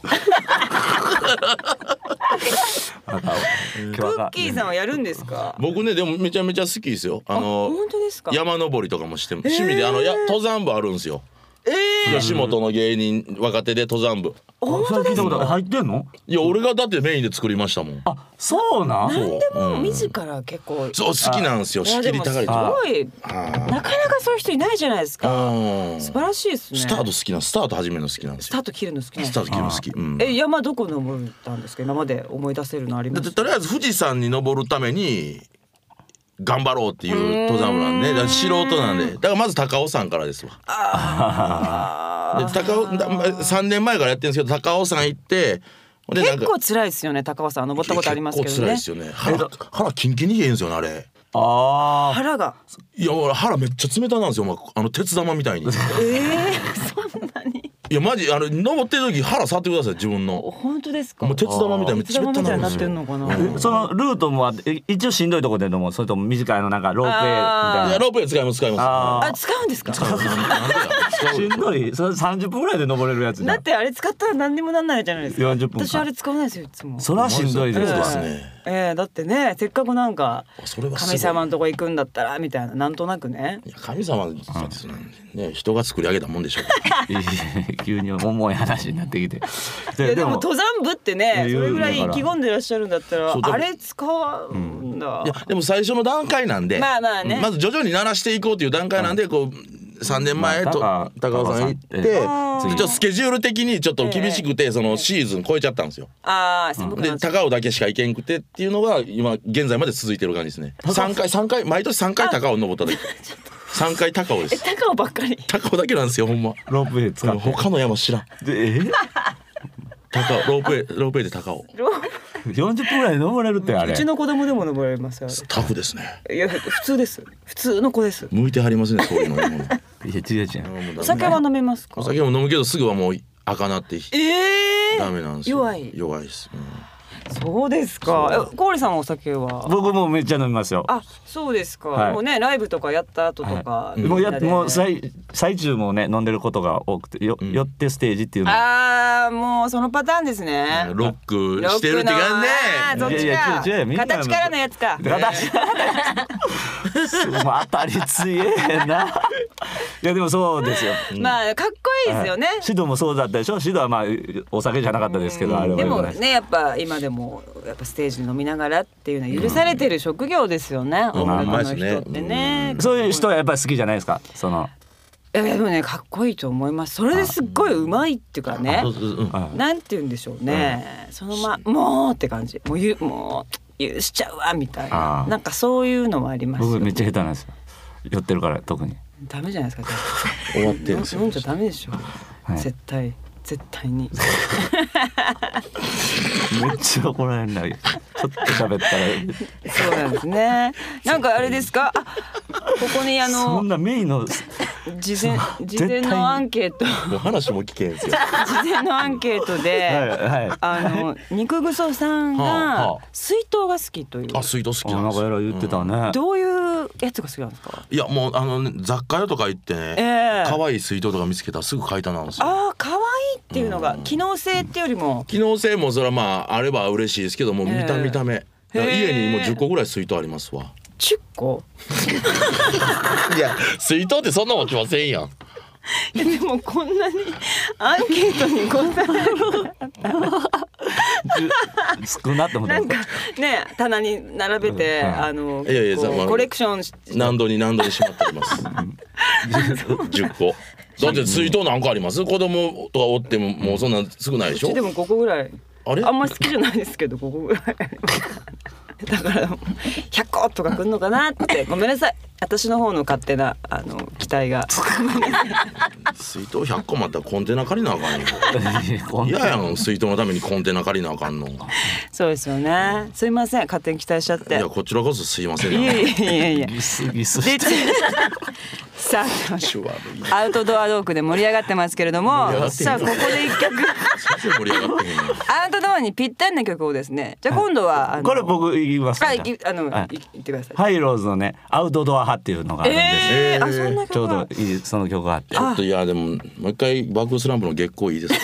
[SPEAKER 3] なんか今日
[SPEAKER 1] クッ
[SPEAKER 3] は
[SPEAKER 1] キーさんはやるんですか。
[SPEAKER 2] 僕ね、でも、めちゃめちゃ好きですよ。あの。
[SPEAKER 1] 本当ですか。
[SPEAKER 2] 山登りとかもして、趣味で、あの、や、登山部あるんですよ。
[SPEAKER 1] ええ
[SPEAKER 2] 吉本の芸人、若手で登山部。
[SPEAKER 1] 本当です
[SPEAKER 3] それ聞いたことある
[SPEAKER 1] か。
[SPEAKER 3] 入ってんの
[SPEAKER 2] いや、俺がだってメインで作りましたもん。
[SPEAKER 3] あそうなん
[SPEAKER 2] そ
[SPEAKER 1] で
[SPEAKER 2] う
[SPEAKER 1] も自ら結構。
[SPEAKER 2] そう、好きなんですよ。仕切り高いと
[SPEAKER 1] や
[SPEAKER 2] こ。
[SPEAKER 1] でもすごいなかなかそういう人いないじゃないですか。
[SPEAKER 2] うん
[SPEAKER 1] 素晴らしいですね。
[SPEAKER 2] スタート好きなん、スタート始めるの好きなんです
[SPEAKER 1] ス
[SPEAKER 2] よ
[SPEAKER 1] タ。ート切るの好きなんで
[SPEAKER 2] ス
[SPEAKER 1] す
[SPEAKER 2] ター
[SPEAKER 1] ね。
[SPEAKER 2] ト切るの好き。うん。
[SPEAKER 1] え山どこ登ったんですか今まで思い出せるのあり
[SPEAKER 2] だ
[SPEAKER 1] ま
[SPEAKER 2] って
[SPEAKER 1] す。
[SPEAKER 2] とりあえず富士山に登るために頑張ろうっていう登山部なんでだから素人なんでだからまず高尾山からですわで高尾だ3年前からやってるんですけど高尾山行ってほんでなん
[SPEAKER 1] 結
[SPEAKER 2] か
[SPEAKER 1] 構辛いですよね高尾さん登ったことありますけど
[SPEAKER 2] 結構辛い
[SPEAKER 1] ね
[SPEAKER 2] です。よね腹腹キンキンに冷えんですよねあれ
[SPEAKER 3] あ
[SPEAKER 1] 腹が。
[SPEAKER 2] いや俺腹めっちゃ冷たなんですよ、まあ、あの鉄玉み たいにい
[SPEAKER 1] ええそんなに。
[SPEAKER 2] やマジあの登ってる時腹触ってください自分の
[SPEAKER 1] 本当ですか。
[SPEAKER 2] もう鉄玉みたいにめっ
[SPEAKER 1] 鉄
[SPEAKER 2] ちゃ
[SPEAKER 1] 玉
[SPEAKER 2] 冷た
[SPEAKER 1] みたいに
[SPEAKER 2] な
[SPEAKER 1] なっ
[SPEAKER 2] る
[SPEAKER 1] て
[SPEAKER 2] んです
[SPEAKER 1] んのか
[SPEAKER 2] よ
[SPEAKER 3] ー
[SPEAKER 1] な。
[SPEAKER 3] えそのルートもあって一応しんどいとこでのもそれとも短いのなんかロープウェイみ
[SPEAKER 1] あ
[SPEAKER 2] い
[SPEAKER 3] た
[SPEAKER 2] や
[SPEAKER 3] いな
[SPEAKER 2] ロープウェイ使います使いま
[SPEAKER 3] あ
[SPEAKER 1] あ使うんですか。
[SPEAKER 2] すなんなんでや
[SPEAKER 3] ーしんどいそれ30分ぐらいで登れるやつじゃ
[SPEAKER 1] だ
[SPEAKER 3] ん
[SPEAKER 1] ってあれ使ったら何にもなんないじゃないですか。
[SPEAKER 3] 40分か
[SPEAKER 1] 私あれ使わないですよいつも。
[SPEAKER 3] それはしんどいです
[SPEAKER 2] そう
[SPEAKER 3] わ
[SPEAKER 2] ですね
[SPEAKER 1] ええだってねせっかくなんか
[SPEAKER 2] それはすごい
[SPEAKER 1] 神様のとこ行くんだったらみたいななんとなくね。
[SPEAKER 2] いや神様の実はですね、ね人が作り上げたもんでしょう。
[SPEAKER 3] いやいや急に重い話になってきて。
[SPEAKER 1] い
[SPEAKER 3] で
[SPEAKER 1] やでも登山部ってね
[SPEAKER 3] いや
[SPEAKER 1] それぐらい意気込んでらっしゃるんだったら
[SPEAKER 2] そうでも
[SPEAKER 1] あれ使うんだ
[SPEAKER 2] いや。でも最初の段階なんで、
[SPEAKER 1] まあまあね
[SPEAKER 2] まず徐々に鳴らしていこうという段階なんで、こう三年前と、
[SPEAKER 3] まあ
[SPEAKER 2] 高尾さん行って、でち
[SPEAKER 3] 高尾
[SPEAKER 2] ょ
[SPEAKER 3] さん
[SPEAKER 2] っとスケジュール的にちょっと厳しくて、そのシーズン超えちゃったんですよ。
[SPEAKER 1] ああ寒くな
[SPEAKER 2] で
[SPEAKER 1] っちゃう
[SPEAKER 2] 高尾だけしか行けんくてっていうのが今現在まで続いてる感じですね。三回三回毎年三回高尾登 った時、三回高尾で
[SPEAKER 1] え
[SPEAKER 2] す。
[SPEAKER 1] 高尾ばっかり。
[SPEAKER 2] 高尾だけなんですよほんま。
[SPEAKER 3] ロープウェイ使って。
[SPEAKER 2] 他の山知らん。
[SPEAKER 3] でえ
[SPEAKER 2] 高尾ロープウ ェイロープウェイで高尾。
[SPEAKER 3] 40分ぐらいで登れるってあれ。
[SPEAKER 1] うちの子供でも登れますよ。
[SPEAKER 2] タフですね。
[SPEAKER 1] いや普通です普通の子です。
[SPEAKER 2] 向いてはりますねそういうの。
[SPEAKER 3] いや違う違う。
[SPEAKER 1] お酒は飲めますか
[SPEAKER 2] お。酒も飲むけどすぐはもう赤なって
[SPEAKER 1] ええ
[SPEAKER 2] ダメなんですよ
[SPEAKER 1] 弱い
[SPEAKER 2] 弱いです、うん
[SPEAKER 1] そうですか。え、氷さんはお酒は。
[SPEAKER 3] 僕もめっちゃ飲みますよ。
[SPEAKER 1] あ、そうですか。
[SPEAKER 3] はい
[SPEAKER 1] もうね、ライブとかやった後とか。
[SPEAKER 3] もう
[SPEAKER 1] み
[SPEAKER 3] や
[SPEAKER 1] んなでね
[SPEAKER 3] もう最最中もね飲んでることが多くてよ、よってステージっていうの。
[SPEAKER 1] ああ、もうそのパターンですね。
[SPEAKER 2] ロックしてるって
[SPEAKER 1] ロッ
[SPEAKER 2] 感
[SPEAKER 1] ク
[SPEAKER 2] じね
[SPEAKER 1] のあー
[SPEAKER 3] いやいや違う違う
[SPEAKER 1] そ
[SPEAKER 3] み
[SPEAKER 1] っ
[SPEAKER 3] ん
[SPEAKER 1] ち
[SPEAKER 3] な
[SPEAKER 1] か。形からのやつか。
[SPEAKER 3] だからすごい当たり強 えな。いやでもそうですよ。
[SPEAKER 1] まあ、かっこいいですよね。
[SPEAKER 3] シドもそうだったでしょ。シドはまあお酒じゃなかったですけど、あれは
[SPEAKER 1] で
[SPEAKER 3] よく
[SPEAKER 1] も
[SPEAKER 3] ない。
[SPEAKER 1] ねやっぱ今でもやっぱステージ飲みながらっていうのは許されてる職業ですよね、
[SPEAKER 2] ん
[SPEAKER 1] 音楽の人
[SPEAKER 2] まあ
[SPEAKER 1] っ
[SPEAKER 2] うま
[SPEAKER 1] て
[SPEAKER 2] いです
[SPEAKER 1] ね
[SPEAKER 2] ね
[SPEAKER 3] そういう人はやっぱり好きじゃないですか。その。
[SPEAKER 1] いやでもねかっこいいと思いますそれですっごいうまいっていうかね
[SPEAKER 2] そうそうそううん
[SPEAKER 3] はい
[SPEAKER 1] なんて言うんでしょうね、そのまもうって感じもうゆもうゆしちゃうわみたい
[SPEAKER 3] あ
[SPEAKER 1] な
[SPEAKER 3] ー
[SPEAKER 1] なんかそういうのもあります
[SPEAKER 3] 僕
[SPEAKER 1] よ
[SPEAKER 3] めっちゃ下手なんですよ酔ってるから特に
[SPEAKER 1] ダメじゃないですか
[SPEAKER 2] 終わってるんです
[SPEAKER 1] 飲
[SPEAKER 2] よ
[SPEAKER 1] んじゃダメでしょ、
[SPEAKER 3] い
[SPEAKER 1] 絶対絶対に
[SPEAKER 3] めっちゃ怒られるんだけどちょっと喋ったら
[SPEAKER 1] そうなんですねなんかあれですかあここにあ
[SPEAKER 3] そ
[SPEAKER 1] の
[SPEAKER 3] んなメインの
[SPEAKER 1] 事前事
[SPEAKER 3] 絶
[SPEAKER 1] 前
[SPEAKER 3] 対に
[SPEAKER 1] のアンケート事
[SPEAKER 2] もう話も聞けんすよ。
[SPEAKER 1] 前のアンケート で、
[SPEAKER 3] はいはい
[SPEAKER 1] あの肉ぐそさん
[SPEAKER 2] はあ
[SPEAKER 1] が
[SPEAKER 2] はあ
[SPEAKER 1] 水筒が好きという
[SPEAKER 2] あ、水道好き
[SPEAKER 3] あ
[SPEAKER 2] なん
[SPEAKER 3] な
[SPEAKER 2] で
[SPEAKER 3] ん
[SPEAKER 2] す
[SPEAKER 3] か
[SPEAKER 2] よ
[SPEAKER 3] やら言ってたね、
[SPEAKER 1] どういうやつが好きなんですか
[SPEAKER 2] いやもうあのね雑貨屋とか行ってね、
[SPEAKER 1] ええ
[SPEAKER 2] 可愛い水筒とか見つけたらすぐ買いたなんですよ。
[SPEAKER 1] ああ可愛いっていうのが機能性っていうよりも
[SPEAKER 2] 機能性もそれはまああれば嬉しいですけどもう
[SPEAKER 1] ええ
[SPEAKER 2] 見た見た目。だから家にもう
[SPEAKER 1] へえ
[SPEAKER 2] 10個ぐらい水筒ありますわ。
[SPEAKER 1] 10個
[SPEAKER 2] いや水筒ってそんな落ちませんやん。
[SPEAKER 1] えでもこんなにアンケートにこんな
[SPEAKER 3] 少なって思った
[SPEAKER 1] なんかね棚に並べて、
[SPEAKER 3] うんはい
[SPEAKER 1] あの
[SPEAKER 2] いやいや
[SPEAKER 1] こう
[SPEAKER 2] ざまあ
[SPEAKER 1] コレクションし
[SPEAKER 2] 何度に何度にしまってあります。10個。 だって水筒なんかあります子供とかおってももうそんなん少ないでし
[SPEAKER 1] う
[SPEAKER 2] ょ
[SPEAKER 1] ちでもここぐらい
[SPEAKER 2] あれ
[SPEAKER 1] あんまり好きじゃないですけどここぐらいだから100個とかくんのかなってごめんなさい私の方の勝手なあの期待が
[SPEAKER 2] 水筒100個もあったらコンテナ借りなあ かんよ。
[SPEAKER 3] こん
[SPEAKER 2] 嫌やん水筒のためにコンテナ借りなあかんの。い
[SPEAKER 1] そうですよねすいません勝手に期待しちゃって
[SPEAKER 2] やこちらこそすいません
[SPEAKER 1] いや
[SPEAKER 2] ね。
[SPEAKER 1] いやいやいや
[SPEAKER 3] ギスギス
[SPEAKER 1] で
[SPEAKER 3] して
[SPEAKER 1] さあ
[SPEAKER 2] 気持ち悪い
[SPEAKER 1] アウトドアトークで盛り上がってますけれど
[SPEAKER 2] 盛り上が
[SPEAKER 1] も
[SPEAKER 2] ってる
[SPEAKER 1] さあここで一曲
[SPEAKER 2] 全然盛り上がってへんやん。
[SPEAKER 1] アウトドアにぴったりな曲をですねじゃあ今度はあの
[SPEAKER 3] これ僕言います
[SPEAKER 1] はい
[SPEAKER 3] じゃあ
[SPEAKER 1] いあの、
[SPEAKER 3] はい
[SPEAKER 1] い、言ってください、
[SPEAKER 3] ハイローズのねアウトドア派っていうのがあるんですよ、
[SPEAKER 1] えー、あ
[SPEAKER 2] えー
[SPEAKER 1] そんな曲
[SPEAKER 3] ちょう
[SPEAKER 1] が
[SPEAKER 3] どいいその曲があって
[SPEAKER 2] ちょっといやでももう一回バックスランプの月光いいですか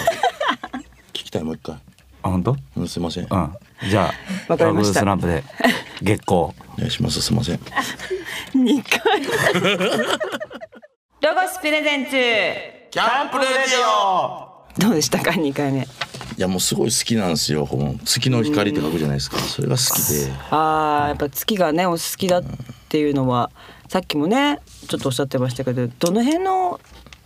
[SPEAKER 2] 聞きたいもう一回、
[SPEAKER 3] あ本当う
[SPEAKER 2] うん、すいません、お
[SPEAKER 3] んじゃあ
[SPEAKER 1] わかりました
[SPEAKER 3] バブルスランプで月光
[SPEAKER 2] 願いしますすいません
[SPEAKER 1] 二回ロゴスプレゼンツ
[SPEAKER 2] キャンプレディオ
[SPEAKER 1] どうでしたか二回目
[SPEAKER 2] いやもうすごい好きなんですよこの月の光って書くじゃないですかそれが好きで
[SPEAKER 1] あーやっぱ月がねお好きだっていうのはさっきもねちょっとおっしゃってましたけどどの辺の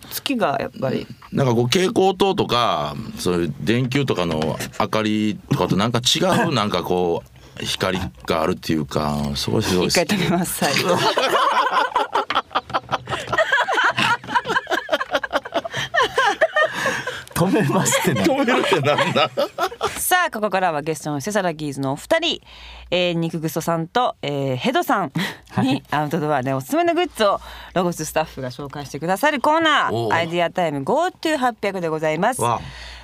[SPEAKER 1] 月がやっぱり
[SPEAKER 2] なんかこう蛍光灯とかそういう電球とかの明かりとかとなんか違 うなんかこう光があるっていうかすごいすごい
[SPEAKER 1] 一回
[SPEAKER 2] 好き
[SPEAKER 1] 食べます最後
[SPEAKER 3] 止めますって ね
[SPEAKER 2] 止めるってなんだ
[SPEAKER 1] さあここからはゲストのセサラギーズのお二人、えー、肉ぐそさんと、えー、ヘドさんにアウトドアでおすすめのグッズをロゴススタッフが紹介してくださるコーナ
[SPEAKER 2] お
[SPEAKER 1] ー
[SPEAKER 2] う
[SPEAKER 1] アイディアタイム GoTo800 でございます
[SPEAKER 2] わあ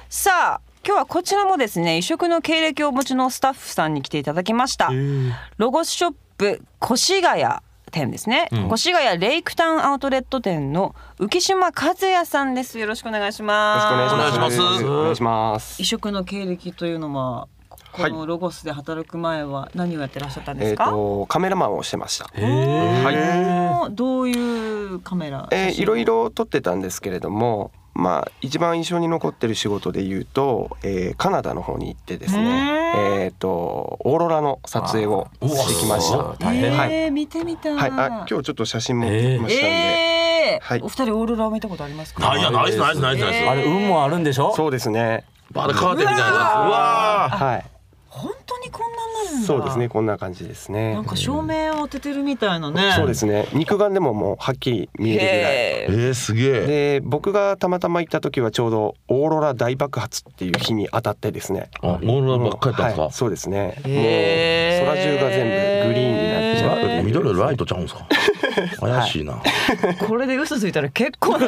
[SPEAKER 1] さあ今日はこちらもですね異色の経歴をお持ちのスタッフさんに来ていただきましたロゴスショップ越谷店ですね、越谷レイクタウンアウトレット店の浮島和也さんですよろしくお願いし
[SPEAKER 4] よろしくお願いしま
[SPEAKER 1] ま
[SPEAKER 4] す。
[SPEAKER 1] す
[SPEAKER 4] お願いします
[SPEAKER 1] 異。色の経歴というのはこ
[SPEAKER 4] はい
[SPEAKER 1] のロゴスで働く前は何をやってらっしゃったんで
[SPEAKER 4] え
[SPEAKER 1] す
[SPEAKER 4] っ、
[SPEAKER 1] か、
[SPEAKER 4] とカメラマンをしてました。はい。
[SPEAKER 1] はい、どういうカメラ
[SPEAKER 4] えーいろいろ撮ってたんですけれども、まあ一番印象に残ってる仕事で言うと、えーカナダの方に行ってですね、
[SPEAKER 1] へー
[SPEAKER 4] えっ、とオーロラの撮影をしてきまし
[SPEAKER 3] うわ
[SPEAKER 4] た。
[SPEAKER 1] え
[SPEAKER 3] 大変
[SPEAKER 1] ー
[SPEAKER 4] はい
[SPEAKER 1] 見てみたい、
[SPEAKER 4] はい。あ今日ちょっと写真も撮ってきましたんで、
[SPEAKER 1] えー
[SPEAKER 4] はい
[SPEAKER 1] お二人オーロラを見たことありますか
[SPEAKER 2] ないやないですないですないですないです
[SPEAKER 3] あれ運もあるんでしょ
[SPEAKER 4] そうですね。
[SPEAKER 2] まだカーテンみたいなやつうわ
[SPEAKER 4] はい。
[SPEAKER 1] 本当にこんなんなるんだ
[SPEAKER 4] そうですね。こんな感じですね
[SPEAKER 1] なん。か照明を当ててるみたいなね
[SPEAKER 4] そうですね。肉眼でももうはっきり見えるぐらい。
[SPEAKER 1] へ
[SPEAKER 2] ーえー、すげえ
[SPEAKER 4] で僕がたまたま行った時はちょうどオーロラ大爆発っていう日に当たってですね
[SPEAKER 2] あ、オーロラばっかりやったん
[SPEAKER 4] はい
[SPEAKER 2] ですか。
[SPEAKER 4] そうですねもう
[SPEAKER 1] へー
[SPEAKER 4] 空中が全部グリーンになっちゃうっていう
[SPEAKER 2] 緑のライトちゃうんですか。怪しいな。
[SPEAKER 1] ーこれで嘘ついたら結構なこ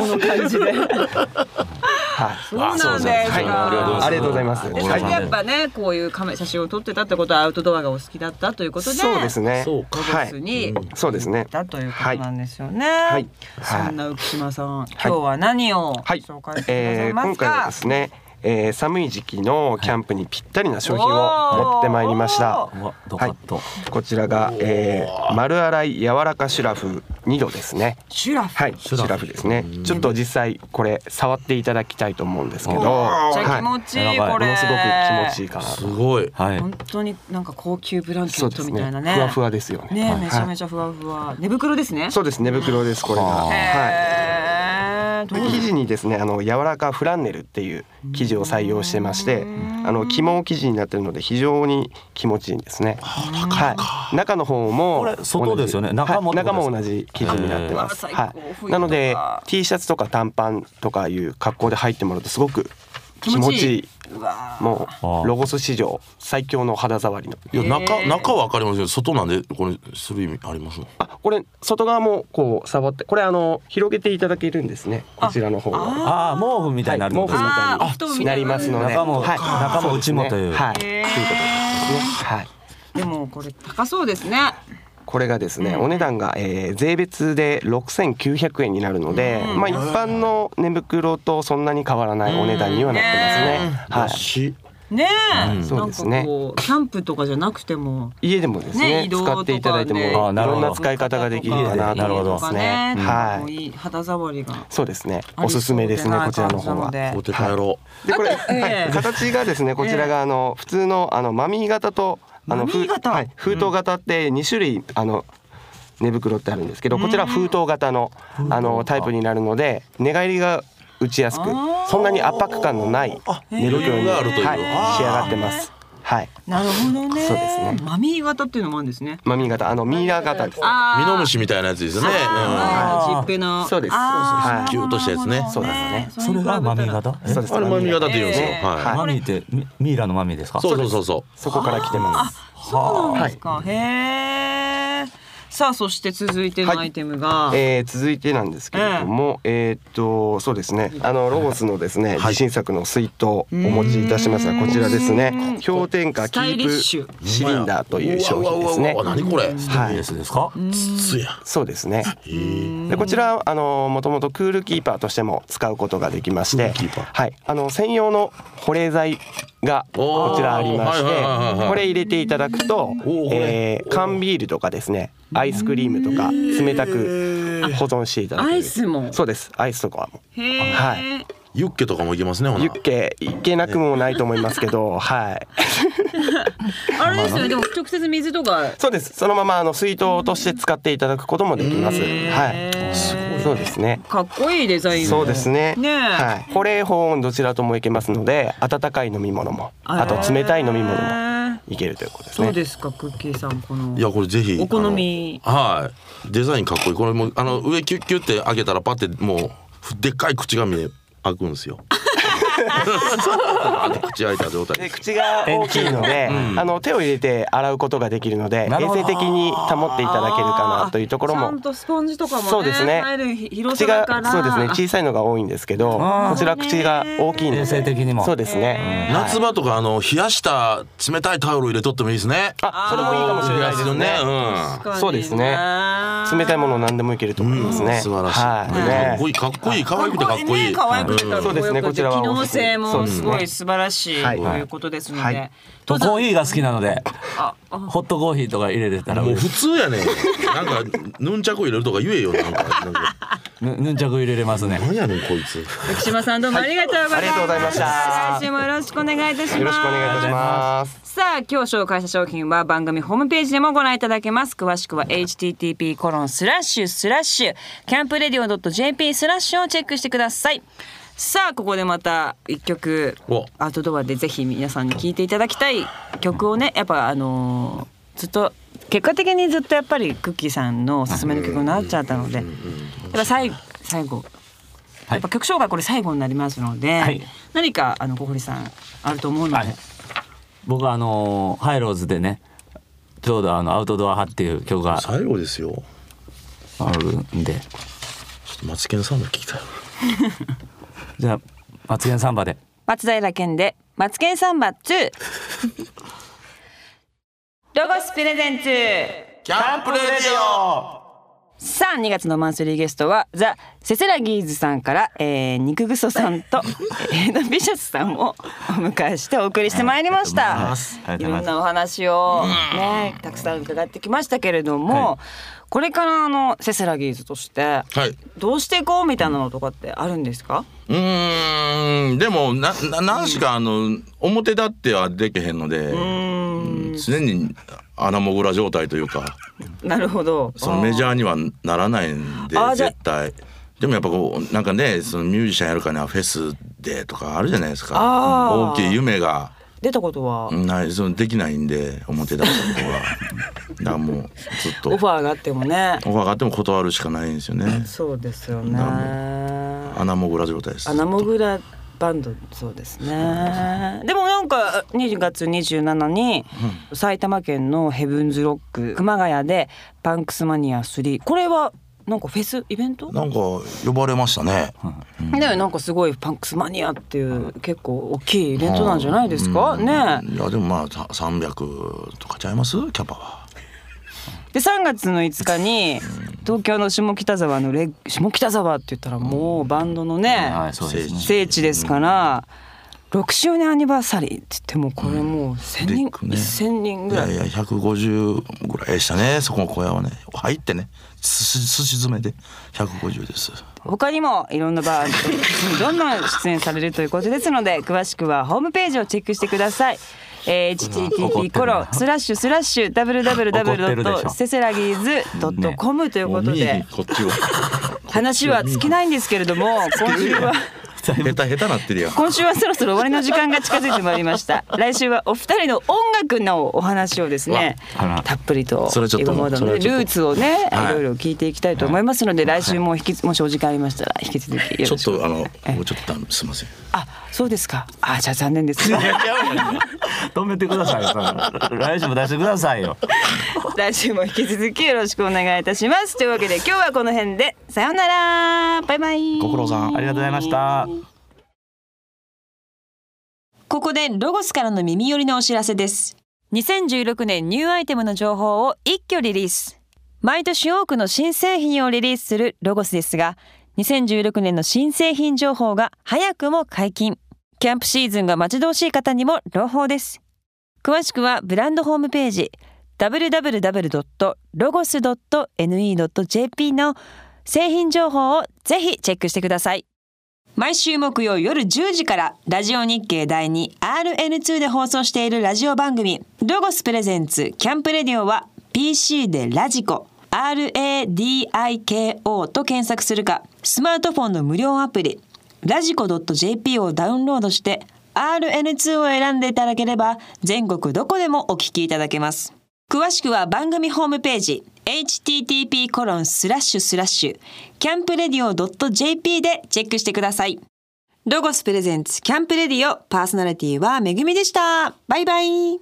[SPEAKER 1] の感じで
[SPEAKER 4] はい
[SPEAKER 1] そうなんですか
[SPEAKER 4] はいありがとうございます
[SPEAKER 1] で
[SPEAKER 3] お
[SPEAKER 1] そ
[SPEAKER 3] は
[SPEAKER 1] れ
[SPEAKER 3] い
[SPEAKER 1] でやっぱねこういうカメ写真を撮ってたってことはアウトドアがお好きだったということで
[SPEAKER 4] そうですね
[SPEAKER 2] そうか
[SPEAKER 4] は
[SPEAKER 1] ロゴス
[SPEAKER 4] い
[SPEAKER 1] に
[SPEAKER 4] そうですね
[SPEAKER 1] だということなんですよね、
[SPEAKER 4] はい
[SPEAKER 1] そんな浮島さん、今日は何を
[SPEAKER 4] はい
[SPEAKER 1] 紹介してくださ
[SPEAKER 4] え
[SPEAKER 1] い
[SPEAKER 4] ー
[SPEAKER 1] ま
[SPEAKER 4] 今
[SPEAKER 1] すか、
[SPEAKER 4] 回はですねえー寒い時期のキャンプにぴったりな商品
[SPEAKER 1] おー
[SPEAKER 4] を持ってまいりました
[SPEAKER 1] お
[SPEAKER 3] うわドカッと、
[SPEAKER 4] こちらが、えー丸洗い柔らかシュラフ2度ですね
[SPEAKER 1] シュラフ、
[SPEAKER 4] はい、シ
[SPEAKER 3] ュラフ
[SPEAKER 4] ュラフですね。ちょっと実際これ触っていただきたいと思うんですけど、は
[SPEAKER 1] めっち
[SPEAKER 4] い
[SPEAKER 1] ゃ気
[SPEAKER 4] も
[SPEAKER 1] 持ちいい、
[SPEAKER 3] はい
[SPEAKER 1] これ
[SPEAKER 4] のすごく気持ちいい
[SPEAKER 1] い
[SPEAKER 4] かな。
[SPEAKER 2] すごい。
[SPEAKER 3] はい
[SPEAKER 1] 本当になんか高級ブランケ
[SPEAKER 4] そう
[SPEAKER 1] ッ
[SPEAKER 4] で
[SPEAKER 1] ト
[SPEAKER 4] す
[SPEAKER 1] み
[SPEAKER 4] ね。
[SPEAKER 1] たいなね
[SPEAKER 4] ふわふわですよね。
[SPEAKER 1] ね
[SPEAKER 4] はい
[SPEAKER 1] めちゃめちゃふわふわ寝袋ですね
[SPEAKER 4] そうです。寝袋ですこれが。
[SPEAKER 1] へ
[SPEAKER 4] は
[SPEAKER 1] ーねどう
[SPEAKER 4] 生地にですねあの柔らかフランネルっていう生地を採用してましてあの肝生地になってるので非常に気持ちいいんですね、はい、中の方も
[SPEAKER 3] これ外ですよね
[SPEAKER 4] 同じ
[SPEAKER 3] 中も
[SPEAKER 4] はい
[SPEAKER 3] ってことです
[SPEAKER 4] 中
[SPEAKER 3] か
[SPEAKER 4] も同じ生地になってます、
[SPEAKER 1] へー
[SPEAKER 4] は
[SPEAKER 1] うわ最高
[SPEAKER 4] い、なので T シャツとか短パンとかいう格好で入ってもらうとすごく気持ちいいも
[SPEAKER 3] あー
[SPEAKER 4] うロゴス史上最強の肌触りの
[SPEAKER 2] いや中中は分かりますけど外なんでこれする意味ありますの
[SPEAKER 4] あこれ外側もこう触ってこれあの広げていただけるんですねこちらの方は
[SPEAKER 3] ああ毛布みたいにな
[SPEAKER 4] は
[SPEAKER 3] る
[SPEAKER 4] い、
[SPEAKER 3] ん
[SPEAKER 4] 毛
[SPEAKER 3] で
[SPEAKER 1] あー
[SPEAKER 3] すね
[SPEAKER 4] 布みたいになりますので、
[SPEAKER 3] 中も
[SPEAKER 4] はい、
[SPEAKER 3] 中も内もという
[SPEAKER 4] はい、ということですね。はい。
[SPEAKER 1] でもこれ高そうですね
[SPEAKER 4] これがですね、お値段が、えー税別で6900円になるので、まあ一般の寝袋とそんなに変わらないお値段にはなってますね。はい。
[SPEAKER 2] し
[SPEAKER 1] ねえ、
[SPEAKER 4] そうですね
[SPEAKER 1] なんかこうキャンプとかじゃなくても
[SPEAKER 4] 家でもですね
[SPEAKER 1] ね移動とかね
[SPEAKER 4] 使っていただいてもいろ
[SPEAKER 3] あ
[SPEAKER 4] ん
[SPEAKER 3] なるほど
[SPEAKER 4] な使い方ができるかなと
[SPEAKER 3] なる
[SPEAKER 4] 思
[SPEAKER 3] ほ
[SPEAKER 4] い
[SPEAKER 3] ど
[SPEAKER 4] ます
[SPEAKER 1] ねも
[SPEAKER 4] ね。
[SPEAKER 1] う
[SPEAKER 4] はい。
[SPEAKER 1] いい肌触りが
[SPEAKER 4] そうですね。おすすめですねこちらの方は。
[SPEAKER 2] お手伝いろ
[SPEAKER 4] でこれ、
[SPEAKER 1] あとええ
[SPEAKER 4] はい形がですねこちらがあの普通のあのマミー型とあ
[SPEAKER 1] マ
[SPEAKER 4] の
[SPEAKER 1] ミー
[SPEAKER 4] ふ
[SPEAKER 1] 型
[SPEAKER 4] はい、封筒型って2種類あの寝袋ってあるんですけどこちら封筒型のあのタイプになるので寝返りが打ちやすく
[SPEAKER 1] あー
[SPEAKER 4] そんなに圧迫感のない寝袋に、
[SPEAKER 2] へー
[SPEAKER 4] はい、仕上
[SPEAKER 2] あー
[SPEAKER 4] がってます。はい、
[SPEAKER 1] なるほどね
[SPEAKER 4] そうですね
[SPEAKER 1] マミー型っていうのもあるんですね
[SPEAKER 4] マミー型あのミイラ型です。
[SPEAKER 1] あ
[SPEAKER 2] ミ
[SPEAKER 1] ー
[SPEAKER 2] ノムシみたいなやつですよね
[SPEAKER 1] あーちっぺな
[SPEAKER 4] そうです
[SPEAKER 1] あー
[SPEAKER 2] そうですそうです
[SPEAKER 1] なるほど
[SPEAKER 4] そうです
[SPEAKER 3] それがマミ型え
[SPEAKER 4] そうです
[SPEAKER 2] あれマミ型って言うんですよ
[SPEAKER 1] えー
[SPEAKER 2] は
[SPEAKER 3] マミってミミイラのマミですか
[SPEAKER 2] いそうそうそうそう
[SPEAKER 4] そこから来てます。
[SPEAKER 1] そうなんですか、へえさあそして続いてのアイテムが、
[SPEAKER 4] えー続いてなんですけれども、えーっとそうですねあのロゴスのですね、自信作の水筒お持ちいたしますがこちらですね氷点下
[SPEAKER 1] ス
[SPEAKER 4] キ
[SPEAKER 1] タイリッシ
[SPEAKER 4] ー
[SPEAKER 1] ュ
[SPEAKER 4] プシリンダーという商品ですね
[SPEAKER 2] うわうわうわうわ何これ
[SPEAKER 4] は
[SPEAKER 3] ミイラで
[SPEAKER 4] い
[SPEAKER 3] すか
[SPEAKER 2] 筒や
[SPEAKER 4] そうですね
[SPEAKER 2] へー
[SPEAKER 4] でこちらあのもともとクールキーパーとしても使うことができまして
[SPEAKER 2] クールキーパー
[SPEAKER 4] はいあの専用の保冷剤が
[SPEAKER 2] おー
[SPEAKER 4] こちらありまし
[SPEAKER 2] はいはいはいはい
[SPEAKER 4] てこれ入れていただくと
[SPEAKER 2] おーこれ
[SPEAKER 4] えー缶ビールとかですねアイスクリームとか冷たく保存していただける
[SPEAKER 1] アイスも
[SPEAKER 4] そうですアイスとかも
[SPEAKER 1] へえ、
[SPEAKER 4] はい
[SPEAKER 2] ユッケとかもいけますねほな
[SPEAKER 4] ユッケいけなくもないと思いますけど、はい。
[SPEAKER 1] あれですよねでも直接水とか
[SPEAKER 4] そうです。そのままあの水筒として使っていただくこともできます。はい。
[SPEAKER 1] すごい
[SPEAKER 4] そうですね。
[SPEAKER 1] かっこいいデザインの
[SPEAKER 4] そうですね。
[SPEAKER 1] ねえ、
[SPEAKER 4] はい。保冷保温どちらともいけますので、温かい飲み物も、あと冷たい飲み物も
[SPEAKER 1] も
[SPEAKER 4] いけるということです
[SPEAKER 1] どう
[SPEAKER 4] ね。
[SPEAKER 1] ですかクッキーさんこの
[SPEAKER 2] いやこれぜひ
[SPEAKER 1] お好み
[SPEAKER 2] あのはいデザインかっこいいこれもうあの上キュッキュって開けたらパってもうでっかい口が見え開くん ですよあの口開いた状態
[SPEAKER 4] で口が大きいので、あの手を入れて洗うことができるので、衛
[SPEAKER 3] なるほど
[SPEAKER 4] 生的に保っていただけるかなというところ
[SPEAKER 1] あーちゃ
[SPEAKER 4] も
[SPEAKER 1] んとスポンジとかもね
[SPEAKER 4] そうですね
[SPEAKER 1] 入る広
[SPEAKER 4] 口
[SPEAKER 1] さだか
[SPEAKER 4] が
[SPEAKER 1] ら
[SPEAKER 4] そうですね小さいのが多いんですけど
[SPEAKER 3] あー
[SPEAKER 4] こちら口が大きいので
[SPEAKER 3] 衛生的にも
[SPEAKER 4] そうですね、はい
[SPEAKER 2] 夏場とかあの冷やした冷たいタオル入れとってもいいですね
[SPEAKER 4] あそれもいいかもしれないですね
[SPEAKER 2] 冷やすのね
[SPEAKER 1] 確かに
[SPEAKER 4] そうですね冷たいもの何でもいけると思いますね、
[SPEAKER 2] うん素晴らしい
[SPEAKER 4] は
[SPEAKER 2] かっ
[SPEAKER 4] いね
[SPEAKER 2] こいいかっこいい可愛くてかっこいい
[SPEAKER 1] かっこいいね可愛くてかっこよくて
[SPEAKER 4] そうですねこちらは
[SPEAKER 1] 機能性もすご
[SPEAKER 4] そうで
[SPEAKER 1] い素晴らしいと
[SPEAKER 4] はい
[SPEAKER 1] いうことですので、
[SPEAKER 4] はい
[SPEAKER 3] コ
[SPEAKER 1] 登山
[SPEAKER 3] ーヒーが好きなので
[SPEAKER 1] ああ
[SPEAKER 3] ホットコーヒーとか入れれたら
[SPEAKER 2] もう
[SPEAKER 3] 嬉し
[SPEAKER 2] 普
[SPEAKER 3] い
[SPEAKER 2] 通やねなんかヌンチャク入れるとか言えよなんかなんか
[SPEAKER 3] ぬヌンチャク入れれますね
[SPEAKER 2] なんやねんこいつ
[SPEAKER 1] 福島さんどうもありがとうございました、
[SPEAKER 4] はいありがとうございました
[SPEAKER 1] 来週もよろしくお願いいたします
[SPEAKER 4] よろしくお願いいたします
[SPEAKER 1] さあ今日紹介した商品は番組ホームページでもご覧いただけます詳しくは http コロンスラッシュスラッシュキャンプレディオ .jp スラッシュをチェックしてくださいさあここでまた一曲
[SPEAKER 2] お
[SPEAKER 1] アウトドアでぜひ皆さんに聴いていただきたい曲をねやっぱあのーずっと結果的にずっとやっぱりクッキーさんのおすすめの曲になっちゃったのでやっぱ最最後やっぱ曲紹介これ最後になりますので、
[SPEAKER 3] はい
[SPEAKER 1] 何かあの小堀さんあると思うので、
[SPEAKER 3] はい僕あのーハイローズでねちょうどあのアウトドア派っていう曲が
[SPEAKER 2] 最後ですよ
[SPEAKER 3] あるん
[SPEAKER 2] ち
[SPEAKER 3] で
[SPEAKER 2] ょっとマツケンさんも聞きたい
[SPEAKER 3] じゃあマツケンサンバで
[SPEAKER 1] 松平健で「マツケンサンバ2」ロゴスプレゼンツ
[SPEAKER 2] キャンプレディオ
[SPEAKER 1] さあ2月のマンスリーゲストはザ・セセラギーズさんから、えー、肉ぐそさん とえーエナビシャスさんをお迎えしてお送りしてまいりまし
[SPEAKER 3] はいありがとうござい
[SPEAKER 1] た
[SPEAKER 3] ますあり
[SPEAKER 1] い
[SPEAKER 3] がとう
[SPEAKER 1] ろ
[SPEAKER 3] ございます
[SPEAKER 1] んなお話をねたくさん伺ってきましたけれども、
[SPEAKER 3] はい
[SPEAKER 1] これからあのセセラギーズとして
[SPEAKER 2] はい
[SPEAKER 1] どうしていこうみたいなのとかってあるんですか、
[SPEAKER 2] うーんでもなな何しかあの表立ってはできへんのでうん常に穴もぐら状態というか
[SPEAKER 1] なるほど
[SPEAKER 2] そのメジャーにはならないんで
[SPEAKER 1] あーじゃあ
[SPEAKER 2] 絶対でもやっぱこうなんかねそのミュージシャンやるからにはフェスでとかあるじゃないですか
[SPEAKER 1] あー
[SPEAKER 2] 大きい夢が
[SPEAKER 1] 出たことは
[SPEAKER 2] ないそのできないんで表だったことがだからもうず っと
[SPEAKER 1] オファーがあってもね
[SPEAKER 2] オファーがあっても断るしかないんですよね
[SPEAKER 1] そうですよね
[SPEAKER 2] だ穴もぐら状態です
[SPEAKER 1] 穴もぐらバンドそうですねでもなんか2月27に埼玉県のヘブンズロック熊谷でパンクスマニア3これはなんかフェスイベント
[SPEAKER 2] なんか呼ばれましたね
[SPEAKER 1] ねなんかすごいパンクスマニアっていう結構大きいイベントなんじゃないですか
[SPEAKER 2] うん
[SPEAKER 1] ね
[SPEAKER 2] いやでもまあさ300とかちゃいますキャパは
[SPEAKER 1] で3月の5日に東京の下北沢のレッ下北沢って言ったらもうバンドのね、
[SPEAKER 3] はい、そうですね。
[SPEAKER 1] 聖地ですから、6周年アニバーサリーって言ってもこれもう1,000人、
[SPEAKER 2] ビッグね
[SPEAKER 1] 1,000人
[SPEAKER 2] い
[SPEAKER 1] ぐら
[SPEAKER 2] や
[SPEAKER 1] い
[SPEAKER 2] いや150ぐらいでしたねそこの小屋はね入ってねすしすし詰めで150です
[SPEAKER 1] 他にもいろんなバーにどんどん出演されるということですので詳しくはホームページをチェックしてください。えー、
[SPEAKER 3] 怒って
[SPEAKER 1] http
[SPEAKER 3] る
[SPEAKER 1] コロスラッシュスラッシュ
[SPEAKER 3] 怒ってるでし
[SPEAKER 1] www.
[SPEAKER 3] ょ
[SPEAKER 1] セセラギーズ .com ということ
[SPEAKER 2] もう見えへ
[SPEAKER 1] で
[SPEAKER 2] んこっ ちは
[SPEAKER 1] 話は尽きないんですけれども今週は。
[SPEAKER 2] 下手下手なってるやん
[SPEAKER 1] 今週はそろそろ終わりの時間が近づいてまいりました来週はお二人の音楽のお話をですね
[SPEAKER 3] うわあら
[SPEAKER 1] たっぷりと
[SPEAKER 2] それはちょっと
[SPEAKER 1] 今まで
[SPEAKER 2] そ
[SPEAKER 1] の
[SPEAKER 2] れ
[SPEAKER 1] ル
[SPEAKER 2] はちょっと
[SPEAKER 1] ーツをね、
[SPEAKER 2] は
[SPEAKER 1] い、
[SPEAKER 2] い
[SPEAKER 1] ろいろ聞いていきたいと思いますので、来週も引きつもしお時間ありましたら引き続きよろし
[SPEAKER 2] ちょ
[SPEAKER 1] く
[SPEAKER 2] っとあのもうちょっとすいません
[SPEAKER 1] あそうですかあじゃあ残念ですが
[SPEAKER 3] 止めてくださいよ。それ 来週も出してくださいよ。
[SPEAKER 1] 来週も引き続きよろしくお願いいたしますというわけで今日はこの辺でさようならバイバイ
[SPEAKER 2] ご苦労さん
[SPEAKER 3] ありがとうございました。
[SPEAKER 1] ここでロゴスからの耳寄りなお知らせです。2016年ニューアイテムの情報を一挙リリース。毎年多くの新製品をリリースするロゴスですが、2016年の新製品情報が早くも解禁。キャンプシーズンが待ち遠しい方にも朗報です。詳しくはブランドホームページ www.logos.ne.jp の製品情報をぜひチェックしてください。毎週木曜夜10時からラジオ日経第 2RN2 で放送しているラジオ番組「ロゴスプレゼンツキャンプレディオ」は PC でラジコ RADIKO と検索するかスマートフォンの無料アプリラジコ .jp をダウンロードして RN2 を選んでいただければ全国どこでもお聞きいただけます詳しくは番組ホームページ http コロンスラッシュスラッシュキャンプレディオ .jp でチェックしてくださいロゴスプレゼンツキャンプレディオパーソナリティはめぐみでしたバイバイ